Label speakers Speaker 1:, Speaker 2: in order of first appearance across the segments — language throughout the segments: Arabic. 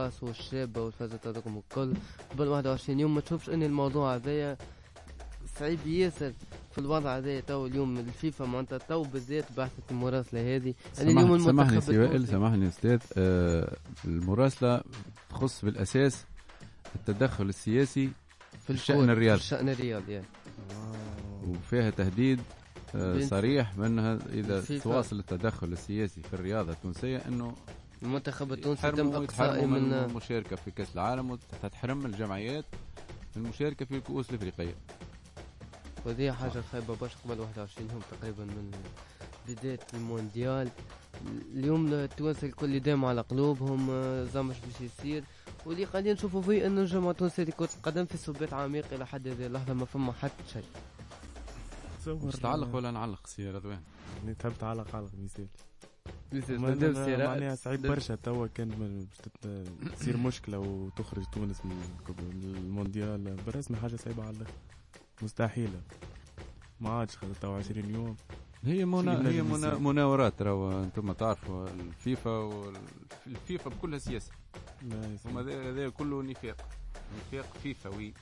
Speaker 1: الرقص والشاب والفجر تركم الكل قبل 21 يوم ما تشوفش ان الموضوع هذايا صعيب ياسر في الوضع هذا تو اليوم الفيفا معناتها تو بالذات بحثت المراسله هذه يعني
Speaker 2: سمح- سامحني
Speaker 1: المنتخب
Speaker 2: سي وائل
Speaker 1: التونسي-
Speaker 2: سامحني استاذ آه المراسله تخص بالاساس التدخل السياسي
Speaker 1: في
Speaker 2: الشأن
Speaker 1: الكورة،
Speaker 2: الرياضي.
Speaker 1: في الشأن الرياضي يعني
Speaker 2: وفيها تهديد آه،
Speaker 1: بنت-
Speaker 2: صريح منها اذا
Speaker 1: الفيفا.
Speaker 2: تواصل التدخل السياسي في الرياضه التونسيه انه
Speaker 1: المنتخب التونسي تم
Speaker 2: يحرموا
Speaker 1: اقصائه
Speaker 2: يتحرموا من
Speaker 1: من
Speaker 2: المشاركه في كاس العالم وتتحرم الجمعيات من المشاركه في الكؤوس الافريقيه
Speaker 1: وذي حاجه خايبه برشا قبل 21 يوم تقريبا من بدايه المونديال اليوم التوانسه الكل دايم على قلوبهم آه، زعما شو باش يصير واللي قاعدين نشوفوا فيه انه الجامعه التونسيه لكرة القدم في سبات عميق الى حد هذه اللحظه ما فما حتى شيء
Speaker 2: مش تعلق ولا نعلق سي رضوان
Speaker 3: يعني تحب تعلق علق مثال
Speaker 1: مادام سيرا-
Speaker 3: معناها صعيب برشا توا كان ما- باش تت- تصير مشكله وتخرج تونس من الكوب- من المونديال بالرسمي حاجه صعيبه على الآخر. مستحيله ما عادش خاطر توا 20 يوم
Speaker 2: هي
Speaker 3: شنو
Speaker 2: منا
Speaker 3: اللي
Speaker 2: هي
Speaker 3: لازم
Speaker 2: منا
Speaker 3: يصير؟
Speaker 2: مناورات راهو انتم تعرفوا الفيفا والفيفا بكلها سياسه
Speaker 3: ما يصير.
Speaker 2: هما ذا ذا كله نفاق نفاق فيفاوي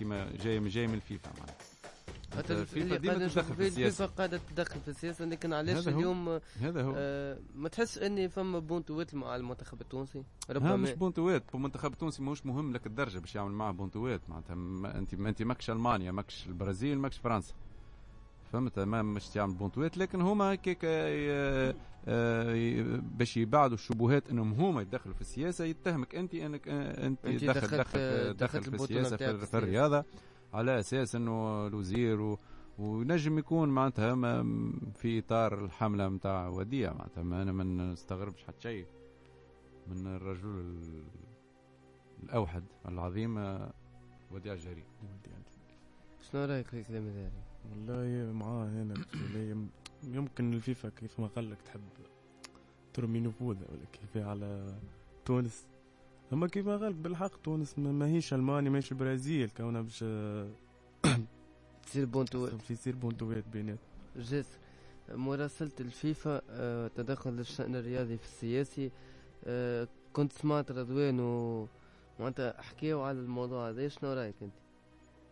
Speaker 2: كما جاي من جاي من الفيفا معناها
Speaker 1: حتى
Speaker 2: الفيفا
Speaker 1: اللي
Speaker 2: ديما
Speaker 1: قاعدة
Speaker 2: تتدخل
Speaker 1: نشوفوا
Speaker 2: في
Speaker 1: فيه
Speaker 2: السياسة.
Speaker 1: الفيفا قاعده تتدخل في السياسه لكن علاش
Speaker 2: هذا هو.
Speaker 1: اليوم
Speaker 2: هذا هو
Speaker 1: آه ما تحس اني فما بونتوات مع المنتخب التونسي
Speaker 2: ها مش
Speaker 1: ربما
Speaker 2: بونتوات المنتخب التونسي ماهوش مهم لك الدرجه باش يعمل معاه بونتوات معناتها ما انت ما انت ماكش المانيا ماكش البرازيل ماكش فرنسا فهمت ما مش تعمل بونتوات لكن هما هكاك آه، آه، ي- باش يبعدوا الشبهات انهم هما يتدخلوا في السياسه يتهمك انت انك آه، انت
Speaker 1: أنت
Speaker 2: دخل
Speaker 1: دخلت-
Speaker 2: دخل
Speaker 1: دخلت
Speaker 2: دخل في
Speaker 1: البطولة
Speaker 2: السياسه
Speaker 1: بتاعك
Speaker 2: في,
Speaker 1: في
Speaker 2: في الرياضه على اساس انه الوزير و ونجم يكون معناتها ما- في اطار الحمله نتاع وديع معناتها ما انا ما نستغربش حتى شيء من الرجل ال- الأوحد العظيم آه، وديع الجري
Speaker 1: شنو رايك في الكلام هذا
Speaker 3: والله معاه هنا والله يمكن الفيفا كيف ما قال لك تحب ترمي نفوذها ولا كيف على تونس اما كيما قال بالحق تونس ما- ماهيش المانيا ماهيش البرازيل كونها باش
Speaker 1: تصير بونتوات
Speaker 3: باش يصير بونتوات بينات
Speaker 1: جاسر مراسلة الفيفا آه، تدخل الشأن الرياضي في السياسي آه، كنت سمعت رضوان و معناتها حكيو على الموضوع هذا شنو رايك انت؟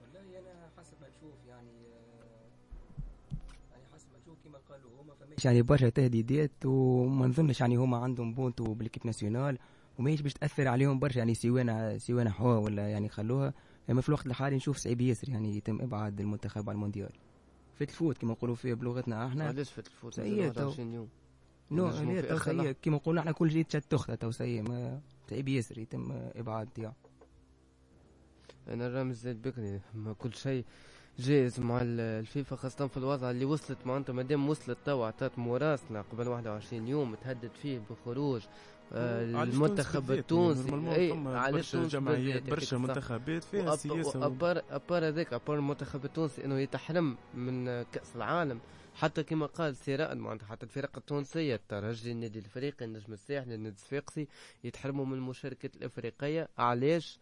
Speaker 4: والله انا حسب ما نشوف يعني آه، يعني حسب ما نشوف كما قالوا هما فماش يعني برشا تهديدات وما نظنش يعني هما عندهم بونتو بالكيب ناسيونال وماهيش باش تاثر عليهم برشا يعني سوانا سوانا حوا ولا يعني خلوها اما في الوقت الحالي نشوف صعيب ياسر يعني يتم ابعاد المنتخب على المونديال فات الفوت كما نقولوا فيها بلغتنا
Speaker 3: نعم.
Speaker 4: احنا
Speaker 1: علاش فات الفوت
Speaker 4: هي
Speaker 1: لازم
Speaker 4: تو.
Speaker 1: 21 يوم
Speaker 4: نو
Speaker 1: نجموا
Speaker 4: لا
Speaker 1: في
Speaker 4: تو
Speaker 1: آخر لحظة.
Speaker 4: سيء كما نقولوا احنا كل جديد شد تخته تو سيء ما- صعيب ياسر يتم يعني. ابعاد تاعه
Speaker 1: انا الرامز زيد بكري ما كل شيء جايز مع ال- الفيفا خاصة في الوضع اللي وصلت معناتها مادام وصلت توا عطات مراسلة قبل 21 يوم تهدد فيه بخروج آه،
Speaker 3: علاش
Speaker 1: المنتخب
Speaker 3: تونس
Speaker 1: التونسي إيه،
Speaker 3: بالذات؟ يعني
Speaker 1: إي،
Speaker 3: normalement فما
Speaker 1: علاش
Speaker 3: برشا
Speaker 1: تونس
Speaker 3: جمعيات
Speaker 1: بالذات،
Speaker 3: برشا
Speaker 1: أكيد صح.
Speaker 3: منتخبات فيها
Speaker 1: وأب-
Speaker 3: سياسه و-
Speaker 1: وابار ابار هذاك ابار المنتخب التونسي انه يتحرم من كاس العالم حتى كما قال سراء معناتها حتى الفرق التونسيه الترجي النادي الافريقي النجم الساحلي النادي الصفاقسي يتحرموا من المشاركه الافريقيه علاش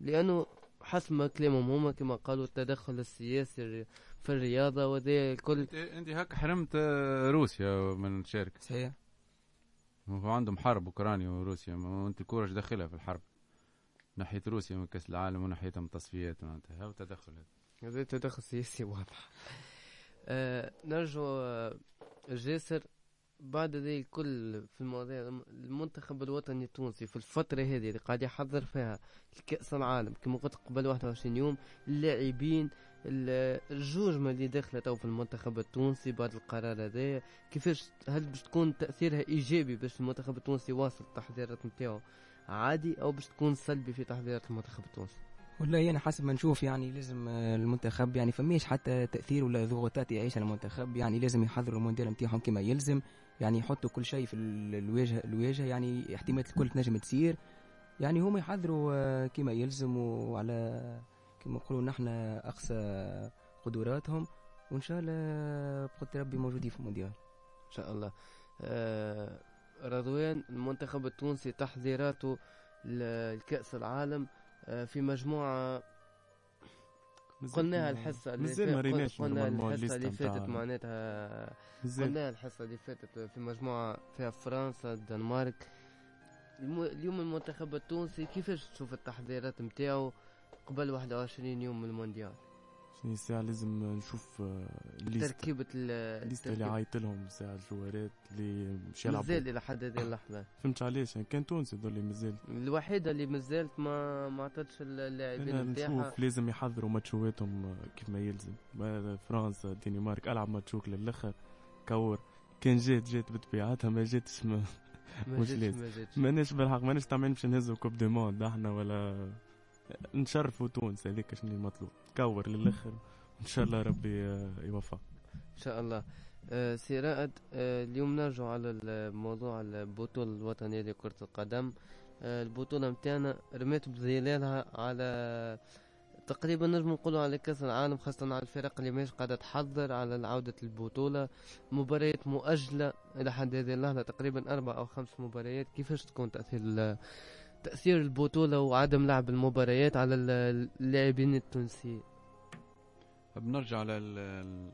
Speaker 1: لانه حسب ما كلامهم هما كما قالوا التدخل السياسي الر- في الرياضه وذا الكل
Speaker 2: انت انت هك حرمت آه، روسيا من الشركة
Speaker 4: صحيح
Speaker 2: هو عندهم حرب اوكرانيا وروسيا ما هو انت الكورة إيش داخلها في الحرب ناحية روسيا من كأس العالم وناحيتهم تصفيات معناتها هذا التدخل هذا
Speaker 1: هذا تدخل سياسي واضح آه نرجو آه، جاسر بعد ذي الكل في المواضيع الم- المنتخب الوطني التونسي في الفترة هذه اللي قاعد يحضر فيها كأس العالم كما قلت قبل 21 يوم اللاعبين ال- الجوج اللي داخلة تو في المنتخب التونسي بعد القرار هذايا كيفاش هل باش تكون تأثيرها إيجابي باش المنتخب التونسي واصل التحضيرات نتاعو عادي أو باش تكون سلبي في تحضيرات المنتخب التونسي
Speaker 4: والله انا حسب ما نشوف يعني لازم آه، المنتخب يعني فماش حتى تاثير ولا ضغوطات يعيشها المنتخب يعني لازم يحضروا المونديال نتاعهم كما يلزم يعني يحطوا كل شيء في ال- الواجهه الواجهه يعني احتمالات الكل تنجم تصير يعني هما يحضروا آه، كما يلزم وعلى كما نقولوا نحن اقصى قدراتهم وان شاء الله بقدر ربي موجودين في المونديال
Speaker 1: ان شاء الله آه رضوان المنتخب التونسي تحضيراته ل- لكأس العالم آه في مجموعة
Speaker 3: مازال
Speaker 1: قلناها
Speaker 3: ما-
Speaker 1: الحصة اللي
Speaker 3: مازال ما
Speaker 1: فاتت
Speaker 3: ريناش
Speaker 1: قلنا
Speaker 3: normalement
Speaker 1: الحصة اللي
Speaker 3: الليستة
Speaker 1: فاتت
Speaker 3: متاع-
Speaker 1: معناتها
Speaker 3: مازال.
Speaker 1: قلنا الحصة اللي فاتت في مجموعة فيها فرنسا الدنمارك الم- اليوم المنتخب التونسي كيفاش تشوف التحضيرات نتاعو قبل 21 يوم من المونديال
Speaker 3: شنو الساعة يعني لازم نشوف آه، الليست
Speaker 1: تركيبة ال-
Speaker 3: الليست اللي
Speaker 1: التركيبة
Speaker 3: عيط لهم ساعة الجوارات اللي مش يلعبوا
Speaker 1: مازال إلى حد هذه اللحظة
Speaker 3: فهمت علاش يعني كان تونسي هذول اللي مازال
Speaker 1: الوحيدة اللي مازالت ما ما عطتش
Speaker 3: انا
Speaker 1: اللاعبين نتاعها
Speaker 3: نشوف لازم يحضروا ماتشواتهم آه، كيف ما يلزم ما- فرنسا الدنمارك العب ماتشوك للاخر كور كان جات جات بطبيعتها ما جاتش ما
Speaker 1: ما
Speaker 3: مش
Speaker 1: جاتش-
Speaker 3: لازم.
Speaker 1: ما جاتش.
Speaker 3: ماناش بالحق ماناش طمعين باش نهزوا كوب دي موند احنا ولا نشرفوا تونس هذاك شنو المطلوب كور للاخر ان شاء الله ربي آه، يوفق
Speaker 1: ان شاء الله آه، سي رائد آه، اليوم نرجع على الموضوع البطولة الوطنية لكرة القدم آه، البطولة متاعنا رميت بظلالها على تقريبا نجم نقولوا على كأس العالم خاصة على الفرق اللي ماهيش قاعدة تحضر على عودة البطولة مباريات مؤجلة إلى حد هذه اللحظة تقريبا أربع أو خمس مباريات كيفاش تكون تأثير ال- تأثير البطولة وعدم لعب المباريات على ال- اللاعبين التونسيين
Speaker 2: بنرجع على ال-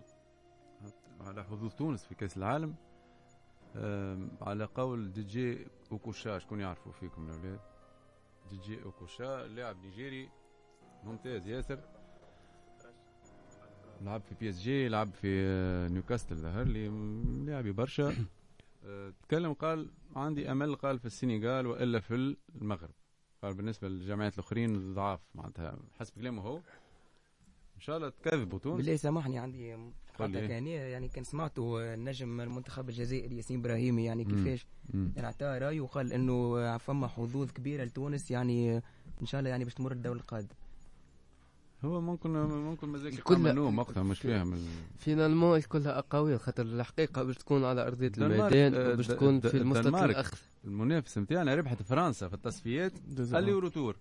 Speaker 2: ال- على حظوظ تونس في كاس العالم أم، على قول دي جي اوكوشا شكون يعرفوا فيكم الاولاد دي جي اوكوشا لاعب نيجيري ممتاز ياسر لعب في بي اس جي لعب في آه، نيوكاسل ظهر لي م- لاعبي برشا آه، تكلم قال عندي امل قال في السنغال والا في المغرب قال بالنسبه للجامعات الاخرين ضعاف معناتها حسب كلامه هو ان شاء الله تكذبوا تونس
Speaker 4: بالله سامحني عندي
Speaker 2: قل لي.
Speaker 4: خاطر كان يعني كان سمعته النجم المنتخب الجزائري ياسين ابراهيمي يعني
Speaker 2: مم.
Speaker 4: كيفاش
Speaker 2: مم.
Speaker 4: يعني عطاه رايه وقال انه فما حظوظ كبيره لتونس يعني ان شاء الله يعني باش تمر الدور القادم
Speaker 2: هو ممكن ممكن مازال
Speaker 1: كل-
Speaker 2: كل نوم وقتها مش فاهم ال-
Speaker 1: فينالمون كلها اقاويل خاطر الحقيقه باش تكون على ارضيه
Speaker 2: الدنمارك، آه،
Speaker 1: الميدان باش
Speaker 2: د-
Speaker 1: تكون
Speaker 2: د-
Speaker 1: في المستقبل
Speaker 2: الدنمارك.
Speaker 1: الاخر
Speaker 2: المنافس نتاعنا ربحت فرنسا في التصفيات اللي وروتور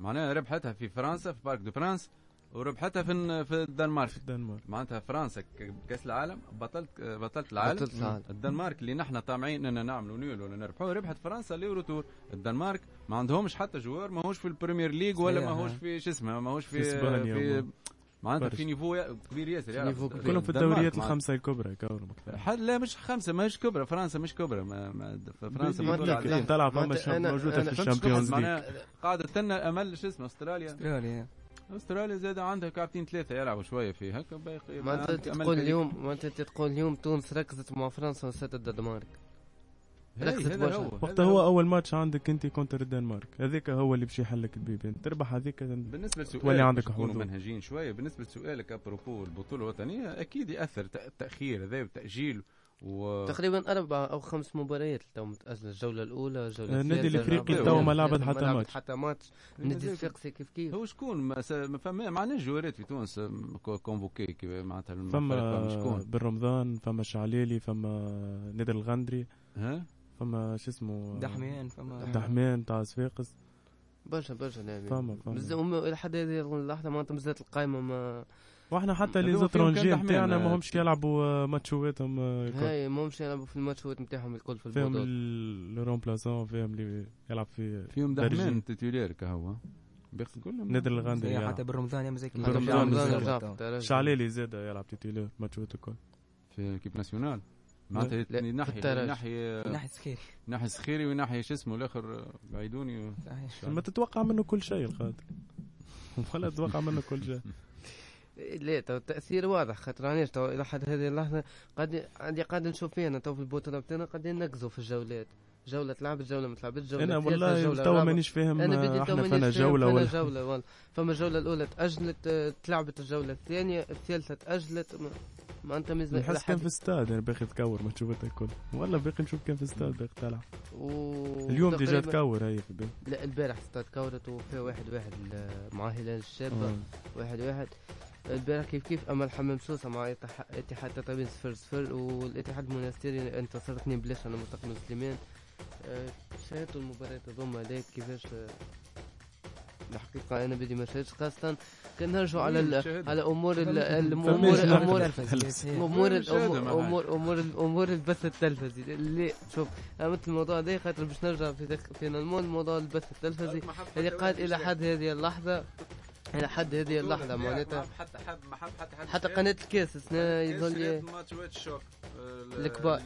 Speaker 2: معناها ربحتها في فرنسا في بارك دو فرانس وربحتها في الن- في الدنمارك
Speaker 3: الدنمارك
Speaker 2: معناتها فرنسا ك- كاس العالم بطلت بطلت العالم
Speaker 1: بطلت العالم.
Speaker 2: الدنمارك اللي نحن طامعين ان نعملوا نيول ولا نربحوه ربحت فرنسا اليورو تور الدنمارك ما عندهمش حتى جوار ماهوش في البريمير ليج ولا
Speaker 4: صحيح،
Speaker 2: ماهوش
Speaker 4: ها.
Speaker 2: في شو اسمه ماهوش في
Speaker 3: في إسبانيا
Speaker 2: في
Speaker 3: هما.
Speaker 2: معناتها في
Speaker 3: برشا.
Speaker 2: نيفو يا- كبير ياسر يلعب
Speaker 1: نيفو كبير.
Speaker 3: كلهم في
Speaker 2: الدنمارك
Speaker 3: الدوريات
Speaker 2: معناتها.
Speaker 3: الخمسه الكبرى كورهم
Speaker 2: حد لا مش خمسه ماهيش كبرى فرنسا مش كبرى ما ما فرنسا
Speaker 1: ما
Speaker 2: بطولة
Speaker 1: تلعب-
Speaker 2: عادية.
Speaker 3: تلعب
Speaker 1: ما
Speaker 3: فما
Speaker 1: أنت-
Speaker 3: شامب-
Speaker 1: أنا-
Speaker 3: موجوده
Speaker 1: أنا-
Speaker 3: في الشامبيونز ليج
Speaker 2: معناها قعدت لنا امل شو اسمه استراليا استراليا زاد عندها كابتين ثلاثه يلعبوا شويه في هكا باقي
Speaker 1: ما انت
Speaker 2: عندك أمل
Speaker 1: تقول
Speaker 2: كبير.
Speaker 1: اليوم ما انت تقول اليوم تونس ركزت مع فرنسا وسات الدنمارك
Speaker 2: هاي،
Speaker 1: ركزت
Speaker 2: هذا
Speaker 1: برشا.
Speaker 2: هو، هذا
Speaker 3: وقتها هو اول ماتش عندك انت كونتر الدنمارك هذاك هو اللي باش يحلك البيبان تربح هذيك
Speaker 2: بالنسبه لسؤالك
Speaker 3: تولي عندك
Speaker 2: باش نكونوا
Speaker 3: حظوظ.
Speaker 2: منهجين شويه بالنسبه لسؤالك ابروبو البطوله الوطنيه اكيد ياثر تأ- التاخير هذا وتاجيل و
Speaker 3: آه.
Speaker 1: تقريبا اربع او خمس مباريات تو متاجله الجوله الاولى الجوله
Speaker 3: آه، النادي
Speaker 1: الثالثة،
Speaker 3: الإفريقي
Speaker 1: الرابعة،
Speaker 2: توا ما
Speaker 1: الخامسة،
Speaker 3: لعبت حتى ماتش.
Speaker 1: حتى ماتش النادي الافريقي كيف كيف
Speaker 2: هو شكون ما, س... ما فما ما عندناش جوارات في تونس م- كو- كونفوكي كي- معناتها
Speaker 3: فما
Speaker 2: الفريق شكون
Speaker 3: بن رمضان فما شعليلي فما نادر الغندري
Speaker 2: ها
Speaker 3: فما شو اسمه
Speaker 4: دحمان يعني، فما
Speaker 3: دحمان تاع صفاقس
Speaker 1: برشا برشا لاعبين
Speaker 3: فما
Speaker 1: بز-
Speaker 3: فما
Speaker 1: هم الى حد هذه اللحظه معناتها مازالت القائمه ما
Speaker 3: واحنا حتى لي
Speaker 2: هذو فيهم
Speaker 3: زوترونجي
Speaker 2: كان دحمان،
Speaker 3: نتاعنا
Speaker 2: آه.
Speaker 3: ماهمش يلعبوا آه، ماتشواتهم آه، الكل.
Speaker 1: هاي ماهمش يلعبوا في الماتشات نتاعهم الكل في
Speaker 3: فيهم
Speaker 1: البطوله
Speaker 3: لو رومبلاسون فيهم اللي يلعب في
Speaker 2: فيهم
Speaker 3: درجة.
Speaker 2: دحمان تيتولير كهو باقي كلهم
Speaker 3: نادر الغندري
Speaker 4: زي حتى
Speaker 3: يلعب.
Speaker 4: بالرمضان يا مزيك
Speaker 1: حتى
Speaker 3: بالرمضان
Speaker 1: رمضان
Speaker 3: مازال.
Speaker 1: رجع في الدرجة.
Speaker 3: شعليلي زاد يلعب تيتيلير ماتشوات الكل
Speaker 2: في كيب ناسيونال معناتها
Speaker 1: لا،
Speaker 2: ناحيه
Speaker 1: الترجي.
Speaker 2: ناحيه
Speaker 4: ناحيه سخيري
Speaker 2: ناحيه سخيري وناحيه شو اسمه الاخر بعيدوني
Speaker 4: صحيح
Speaker 3: ما تتوقع منه كل شيء الخاطر ولا تتوقع منه كل شيء
Speaker 1: لا تو التاثير واضح خاطر رانيش تو الى حد هذه اللحظه قاعد عندي قاعد نشوف فيه انا تو في البطوله بتاعنا قاعدين نقزوا في الجولات جوله تلعبت جوله ما تلعبتش جوله
Speaker 3: انا
Speaker 1: ثالثة،
Speaker 3: والله
Speaker 1: جولة
Speaker 3: توا
Speaker 1: رابعة.
Speaker 3: مانيش فاهم
Speaker 1: انا بدي
Speaker 3: آه،
Speaker 1: تو
Speaker 3: احنا
Speaker 1: مانيش فاهم،
Speaker 3: فينا جوله
Speaker 1: فينا
Speaker 3: ولا
Speaker 1: جوله والله فما الجوله الاولى تاجلت آه، تلعبت الجوله الثانيه الثالثه تاجلت ما- ما انت مزنا
Speaker 3: نحس كان في استاد انا باقي تكور ما تشوفها الكل والله باقي نشوف كان في استاد باقي تلعب اليوم ديجا تكور هي في بالي.
Speaker 1: لا البارح ستات كورت وفيها واحد واحد ال- مع هلال الشابه
Speaker 3: آه.
Speaker 1: واحد واحد البارح كيف كيف اما الحمام سوسه مع اتح- اتحاد تطبيب صفر صفر والاتحاد المنستيري انتصر 2 بلاش على منتخب سليمان أه، شاهدتوا المباريات هذوما هذاك كيفاش أه، الحقيقه انا بدي ما شاهدتش خاصه كان نرجعوا على ال-
Speaker 2: شاهدنا.
Speaker 1: على امور ال- الامور
Speaker 3: فماش نحكي.
Speaker 1: امور امور
Speaker 2: مش هذا
Speaker 1: الامور
Speaker 2: معناها.
Speaker 1: امور امور امور البث التلفزي اللي شوف عملت الموضوع ده خاطر باش نرجع في دق- في المول موضوع البث التلفزي اللي قال الى حد هذه اللحظه الى حد هذه اللحظه معناتها
Speaker 2: حتى حب ما حب حتى حب
Speaker 1: حتى قناه الكاس سنا يظل
Speaker 2: ماتش وقت الشوك
Speaker 1: الكبار.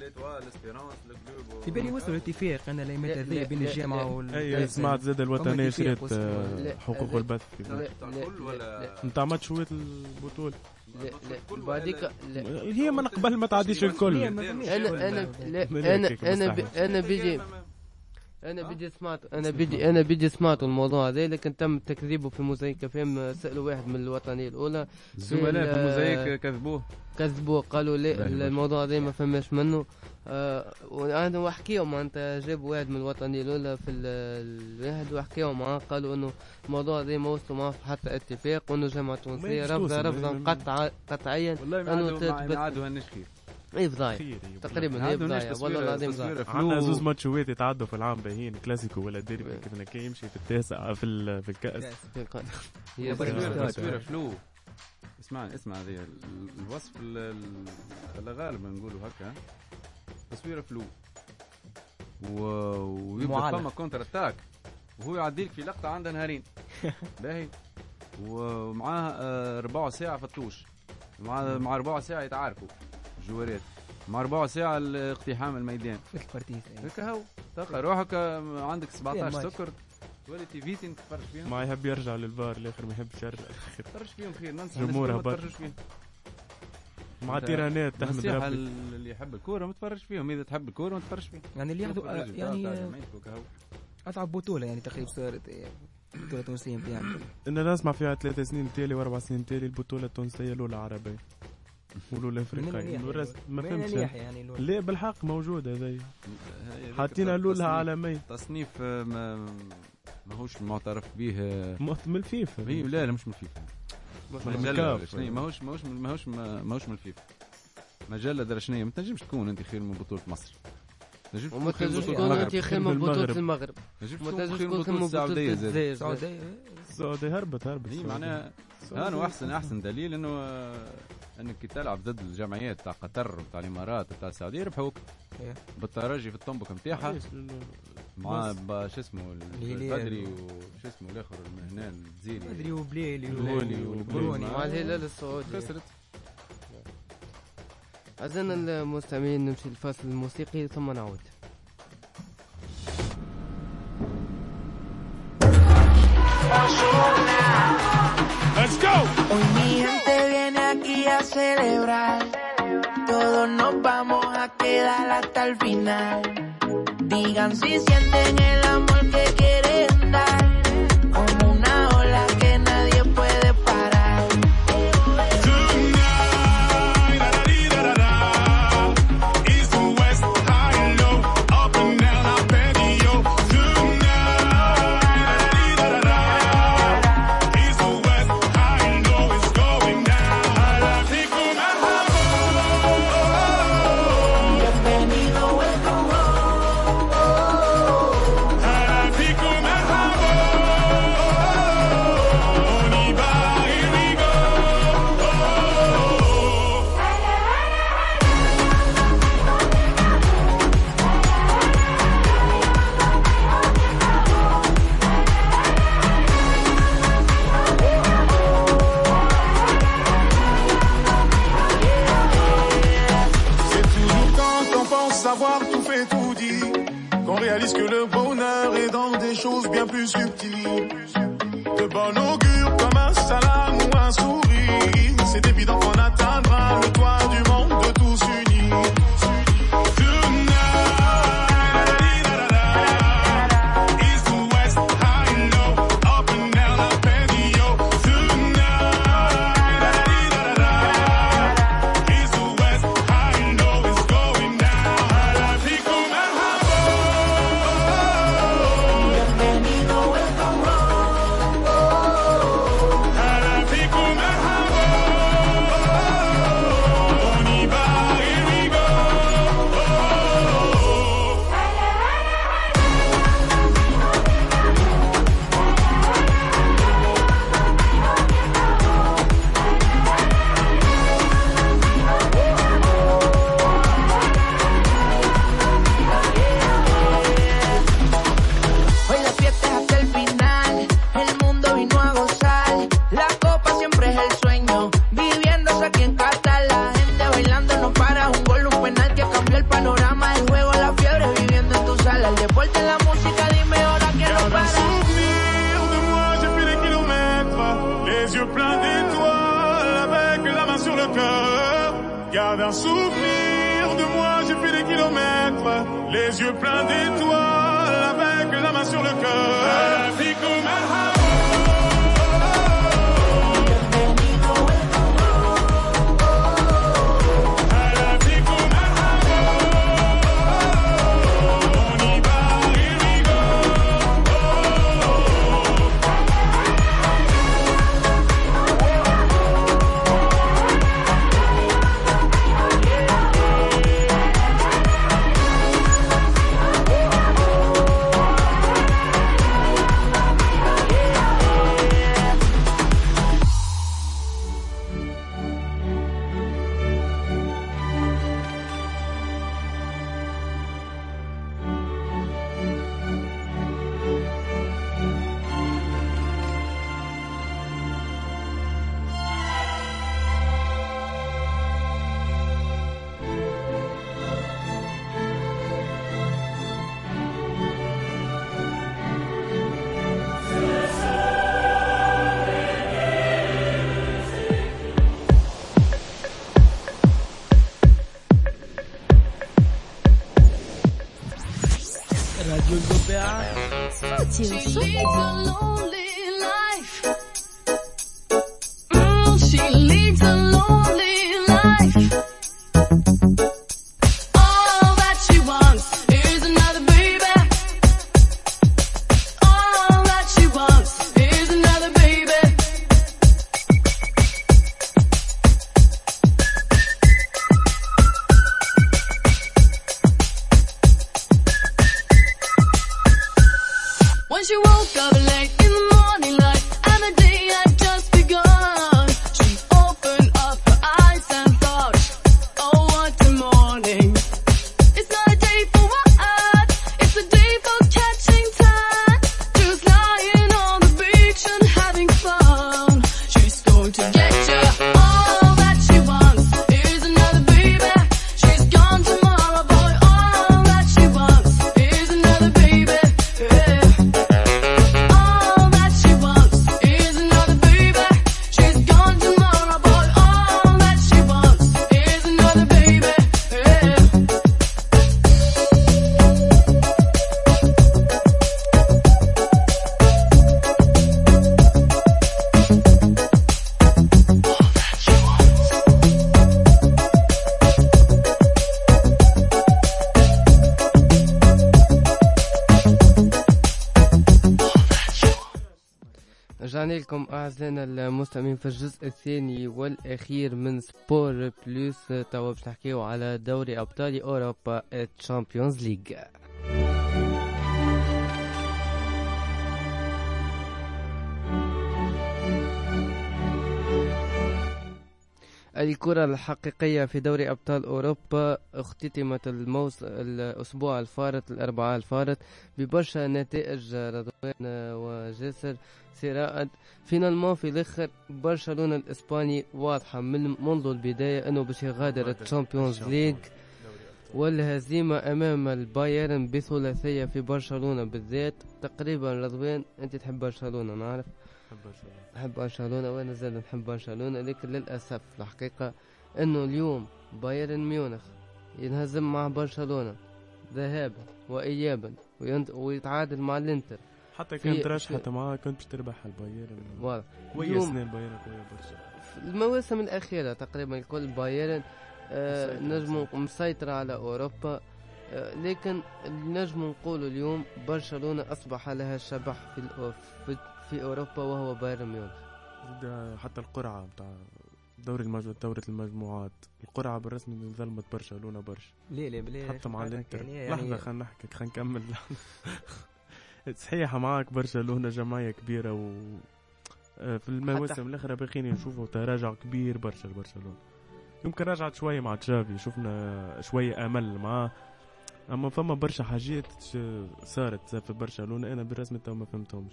Speaker 4: في بالي وصلوا الاتفاق انا لا
Speaker 1: لا- لا-
Speaker 4: يمتى بين
Speaker 1: لا-
Speaker 4: الجامعه
Speaker 1: لا.
Speaker 4: وال
Speaker 3: اي سمعت زاد الوطنيه
Speaker 4: فما كيفية
Speaker 3: شريت
Speaker 4: وصل-
Speaker 3: آه،
Speaker 1: لا،
Speaker 3: حقوق
Speaker 1: لا.
Speaker 3: البث في
Speaker 1: لا،
Speaker 3: ذلك.
Speaker 2: بتاع
Speaker 1: لا-
Speaker 2: الكل ولا
Speaker 3: نتاع ماتشوات البطوله
Speaker 1: لا- لا-
Speaker 2: الكل ولا-
Speaker 1: بعديك لا
Speaker 3: هي من قبل ما تعديش
Speaker 4: هي
Speaker 3: الكل
Speaker 4: ما فماش
Speaker 1: انا
Speaker 4: ولا-
Speaker 1: انا لا
Speaker 3: من
Speaker 1: انا
Speaker 3: هيك
Speaker 1: انا
Speaker 3: مصلحة.
Speaker 1: بي- انا بيجي انا بيجي سمعت انا بيجي انا بيجي سمعت الموضوع هذا لكن تم تكذيبه في موزايك فيلم سالوا واحد من الوطنيه الاولى
Speaker 2: الزملاء
Speaker 1: في
Speaker 2: في
Speaker 1: ال-
Speaker 2: الموزايك كذبوه
Speaker 1: كذبوا قالوا لا
Speaker 2: باهي باش.
Speaker 1: الموضوع هذا ما فماش منه آه وانا وحكيهم معناتها جابوا واحد من الوطنيه الاولى في ال- الواحد وحكيهم معاه قالوا انه الموضوع هذا ما وصلوا معاه في حتى اتفاق وانه جامعه تونسيه
Speaker 3: يجوز
Speaker 1: رفضه
Speaker 3: توصل،
Speaker 1: رفضه
Speaker 3: ما-
Speaker 1: قطع إيه قطعيا
Speaker 2: والله ما
Speaker 1: أنا
Speaker 2: عادوا ما-
Speaker 1: تثبت-
Speaker 2: ما عادوا هالنش خير
Speaker 1: اي
Speaker 2: طيب،
Speaker 1: فضايع
Speaker 3: خير يا
Speaker 1: تقريبا
Speaker 2: ما
Speaker 1: هي
Speaker 2: عادوا هالنش
Speaker 1: فضايع والله
Speaker 2: تصوير-
Speaker 1: العظيم فضايع
Speaker 2: تصوير
Speaker 3: عندنا
Speaker 2: فلوس.
Speaker 3: زوز ماتشوات يتعدوا في العام باهيين كلاسيكو ولا ديربي
Speaker 2: طيب.
Speaker 1: وي.
Speaker 3: كيف هكا يمشي في التاسع في ال- في الكاس
Speaker 1: هي
Speaker 4: برك
Speaker 1: فضايع.
Speaker 2: تصوير
Speaker 4: بالك.
Speaker 2: تصوير فلو اسمع اسمع هذه ال- الوصف ال- ال- اللي غالبا نقولوا هكا تصوير فلو و... ويبدا
Speaker 4: معالج.
Speaker 2: فما كونتر اتاك وهو يعديك في لقطه عندها نهارين باهي و- ومعاه آه، ربع ساعه في الطوش مع مع ربع ساعه يتعاركوا الجوارات مع ربع ساعه اقتحام الميدان
Speaker 4: في البارتيز أي.
Speaker 2: هكا هو تلقى روحك آه، عندك 17
Speaker 4: الماتش.
Speaker 2: سكر تولي تي في تتفرج فيهم
Speaker 3: ما يحب يرجع للفار الاخر ما يحبش يرجع
Speaker 2: ترش فيهم خير ننسى
Speaker 3: جمهور
Speaker 2: الناس، ما
Speaker 3: هبط.
Speaker 2: تفرجش فيهم
Speaker 3: مع
Speaker 2: أنت
Speaker 3: تيرانات تحمد
Speaker 2: نصيحة
Speaker 3: ربي
Speaker 2: ال- اللي يحب الكوره ما تفرجش فيهم اذا تحب الكوره ما تفرجش فيهم
Speaker 4: يعني اللي ياخذوا آه، يعني آه، اصعب بطوله يعني تقريبا صارت يعني. آه، بطوله تونسيه نتاعنا
Speaker 3: انا نسمع فيها ثلاث سنين تالي واربع سنين تالي البطوله التونسيه الاولى عربيه والاولى افريقيه والرسم ما فهمتش أنا.
Speaker 4: يعني الأولى.
Speaker 3: لا بالحق موجود هذايا حاطين لولها عالمية
Speaker 2: تصنيف آه، ما ماهوش معترف به آه،
Speaker 3: مؤت من الفيفا
Speaker 2: هي- لا لا مش من الفيفا
Speaker 3: من
Speaker 1: مثلاً.
Speaker 2: مجلة
Speaker 3: الكاف.
Speaker 2: ولا شنية، ماهوش ماهوش ماهوش ماهوش من الفيفا مجله درا شنية ما تنجمش تكون انت خير من بطوله مصر نجم
Speaker 1: وما
Speaker 2: تكون خير من
Speaker 1: تنجمش
Speaker 2: بطولة
Speaker 1: تكون
Speaker 2: المغرب.
Speaker 1: انت خير من
Speaker 3: بالمغرب.
Speaker 1: بطولة المغرب
Speaker 2: نجم
Speaker 1: ما
Speaker 2: تكون
Speaker 1: تنجمش
Speaker 2: خير من
Speaker 1: تكون خير
Speaker 2: بطوله
Speaker 1: من بطولة
Speaker 2: السعوديه زاد.
Speaker 1: الجزائر
Speaker 4: السعوديه آه،
Speaker 3: السعودي هربت هربت
Speaker 2: هي
Speaker 3: السعودية.
Speaker 2: معناها
Speaker 3: السعودية.
Speaker 2: انا احسن احسن دليل انه آه، انك كي تلعب ضد الجمعيات تاع قطر وتاع الامارات وتاع السعوديه ربحوك
Speaker 4: إيه.
Speaker 2: بالترجي في الطنبك نتاعها
Speaker 3: عايش لل-
Speaker 2: مع
Speaker 3: إيه، بس.
Speaker 2: با- شو اسمه ال-
Speaker 4: الهلال.
Speaker 2: البدري وش اسمه الاخر من هنا
Speaker 4: ما ادري
Speaker 2: الجزيري
Speaker 4: وبليلي
Speaker 2: البروني والبروني.
Speaker 1: مع
Speaker 4: والبروني
Speaker 1: الهلال السعودي
Speaker 2: خسرت
Speaker 1: أعزائنا المستمعين نمشي للفاصل الموسيقي ثم نعود
Speaker 5: Hoy mi gente viene aquí a celebrar. Todos nos vamos a quedar hasta el final. Digan si sienten el amor que quieren dar. Como una ola que nadie puede parar. Bienvenido, welcome home.
Speaker 6: C'est toujours quand on pense savoir tout fait tout dit qu'on réalise que le bonheur est dans des choses bien plus subtiles. De bon augure comme un salam ou un sourire, c'est évident qu'on atteindra le toit du monde de tous unis. d'un souvenir de moi, j'ai fait des kilomètres, les yeux pleins d'étoiles, avec la main sur le cœur.
Speaker 7: Mm, Once you woke up late in the morning light and the day had just begun. She opened up her eyes and thought, oh what a morning. It's not a day for what? It's a day for catching time. Just lying on the beach and having fun. She's going to get you. All that she wants. Here's another baby. She's gone tomorrow, boy. All that she wants. Here's another baby. Yeah. All that she wants is another baby. She's gone tomorrow, boy. All that she wants is another baby. Yeah.
Speaker 1: رجعنا لكم اعزائنا المستمعين في الجزء الثاني والاخير من سبور بلوس توا باش نحكيو على دوري ابطال اوروبا تشامبيونز ليج الكرة الحقيقية في دوري أبطال أوروبا اختتمت الموسم الأسبوع الفارط الأربعاء الفارط ببرشا نتائج رضوان وجاسر سراء فينالمون في الاخر برشلونه الاسباني واضحه من منذ البدايه انه باش يغادر الشامبيونز ليج والهزيمه امام البايرن بثلاثيه في برشلونه بالذات تقريبا رضوان انت تحب برشلونه نعرف نحب برشلونه وانا زاد نحب برشلونه لكن للاسف الحقيقه انه اليوم بايرن ميونخ ينهزم مع برشلونه ذهابا وايابا وينت- ويتعادل مع الانتر
Speaker 3: حتى
Speaker 1: في-
Speaker 3: كانت راش حتى معاه كنت باش تربح البايرن
Speaker 1: واضح
Speaker 3: كويس
Speaker 1: اليوم-
Speaker 3: سنين بايرن قوية برشا
Speaker 1: في المواسم الأخيرة تقريبا الكل بايرن آه،
Speaker 3: مسيطرة،
Speaker 1: نجموا
Speaker 3: مسيطرة.
Speaker 1: مسيطرة على أوروبا آه، لكن نجم نقول اليوم برشلونة أصبح لها شبح في الأو- في, في أوروبا وهو بايرن ميونخ
Speaker 3: زاد حتى القرعة بتاع دوري المجموعات دورة المجموعات القرعة بالرسم ظلمت برشلونة برشا
Speaker 4: ليه ليه ليه
Speaker 3: حتى مع الانتر
Speaker 4: يعني-
Speaker 3: لحظة خلينا نحكي خلينا نكمل صحيح معاك برشلونة جمعية كبيرة و آه، في المواسم الأخرى باقيين نشوفوا تراجع كبير برشا لبرشلونة يمكن رجعت شوية مع تشافي شفنا شوية أمل معاه أما فما برشا حاجات ش- صارت في برشلونة أنا بالرسم تو ما فهمتهمش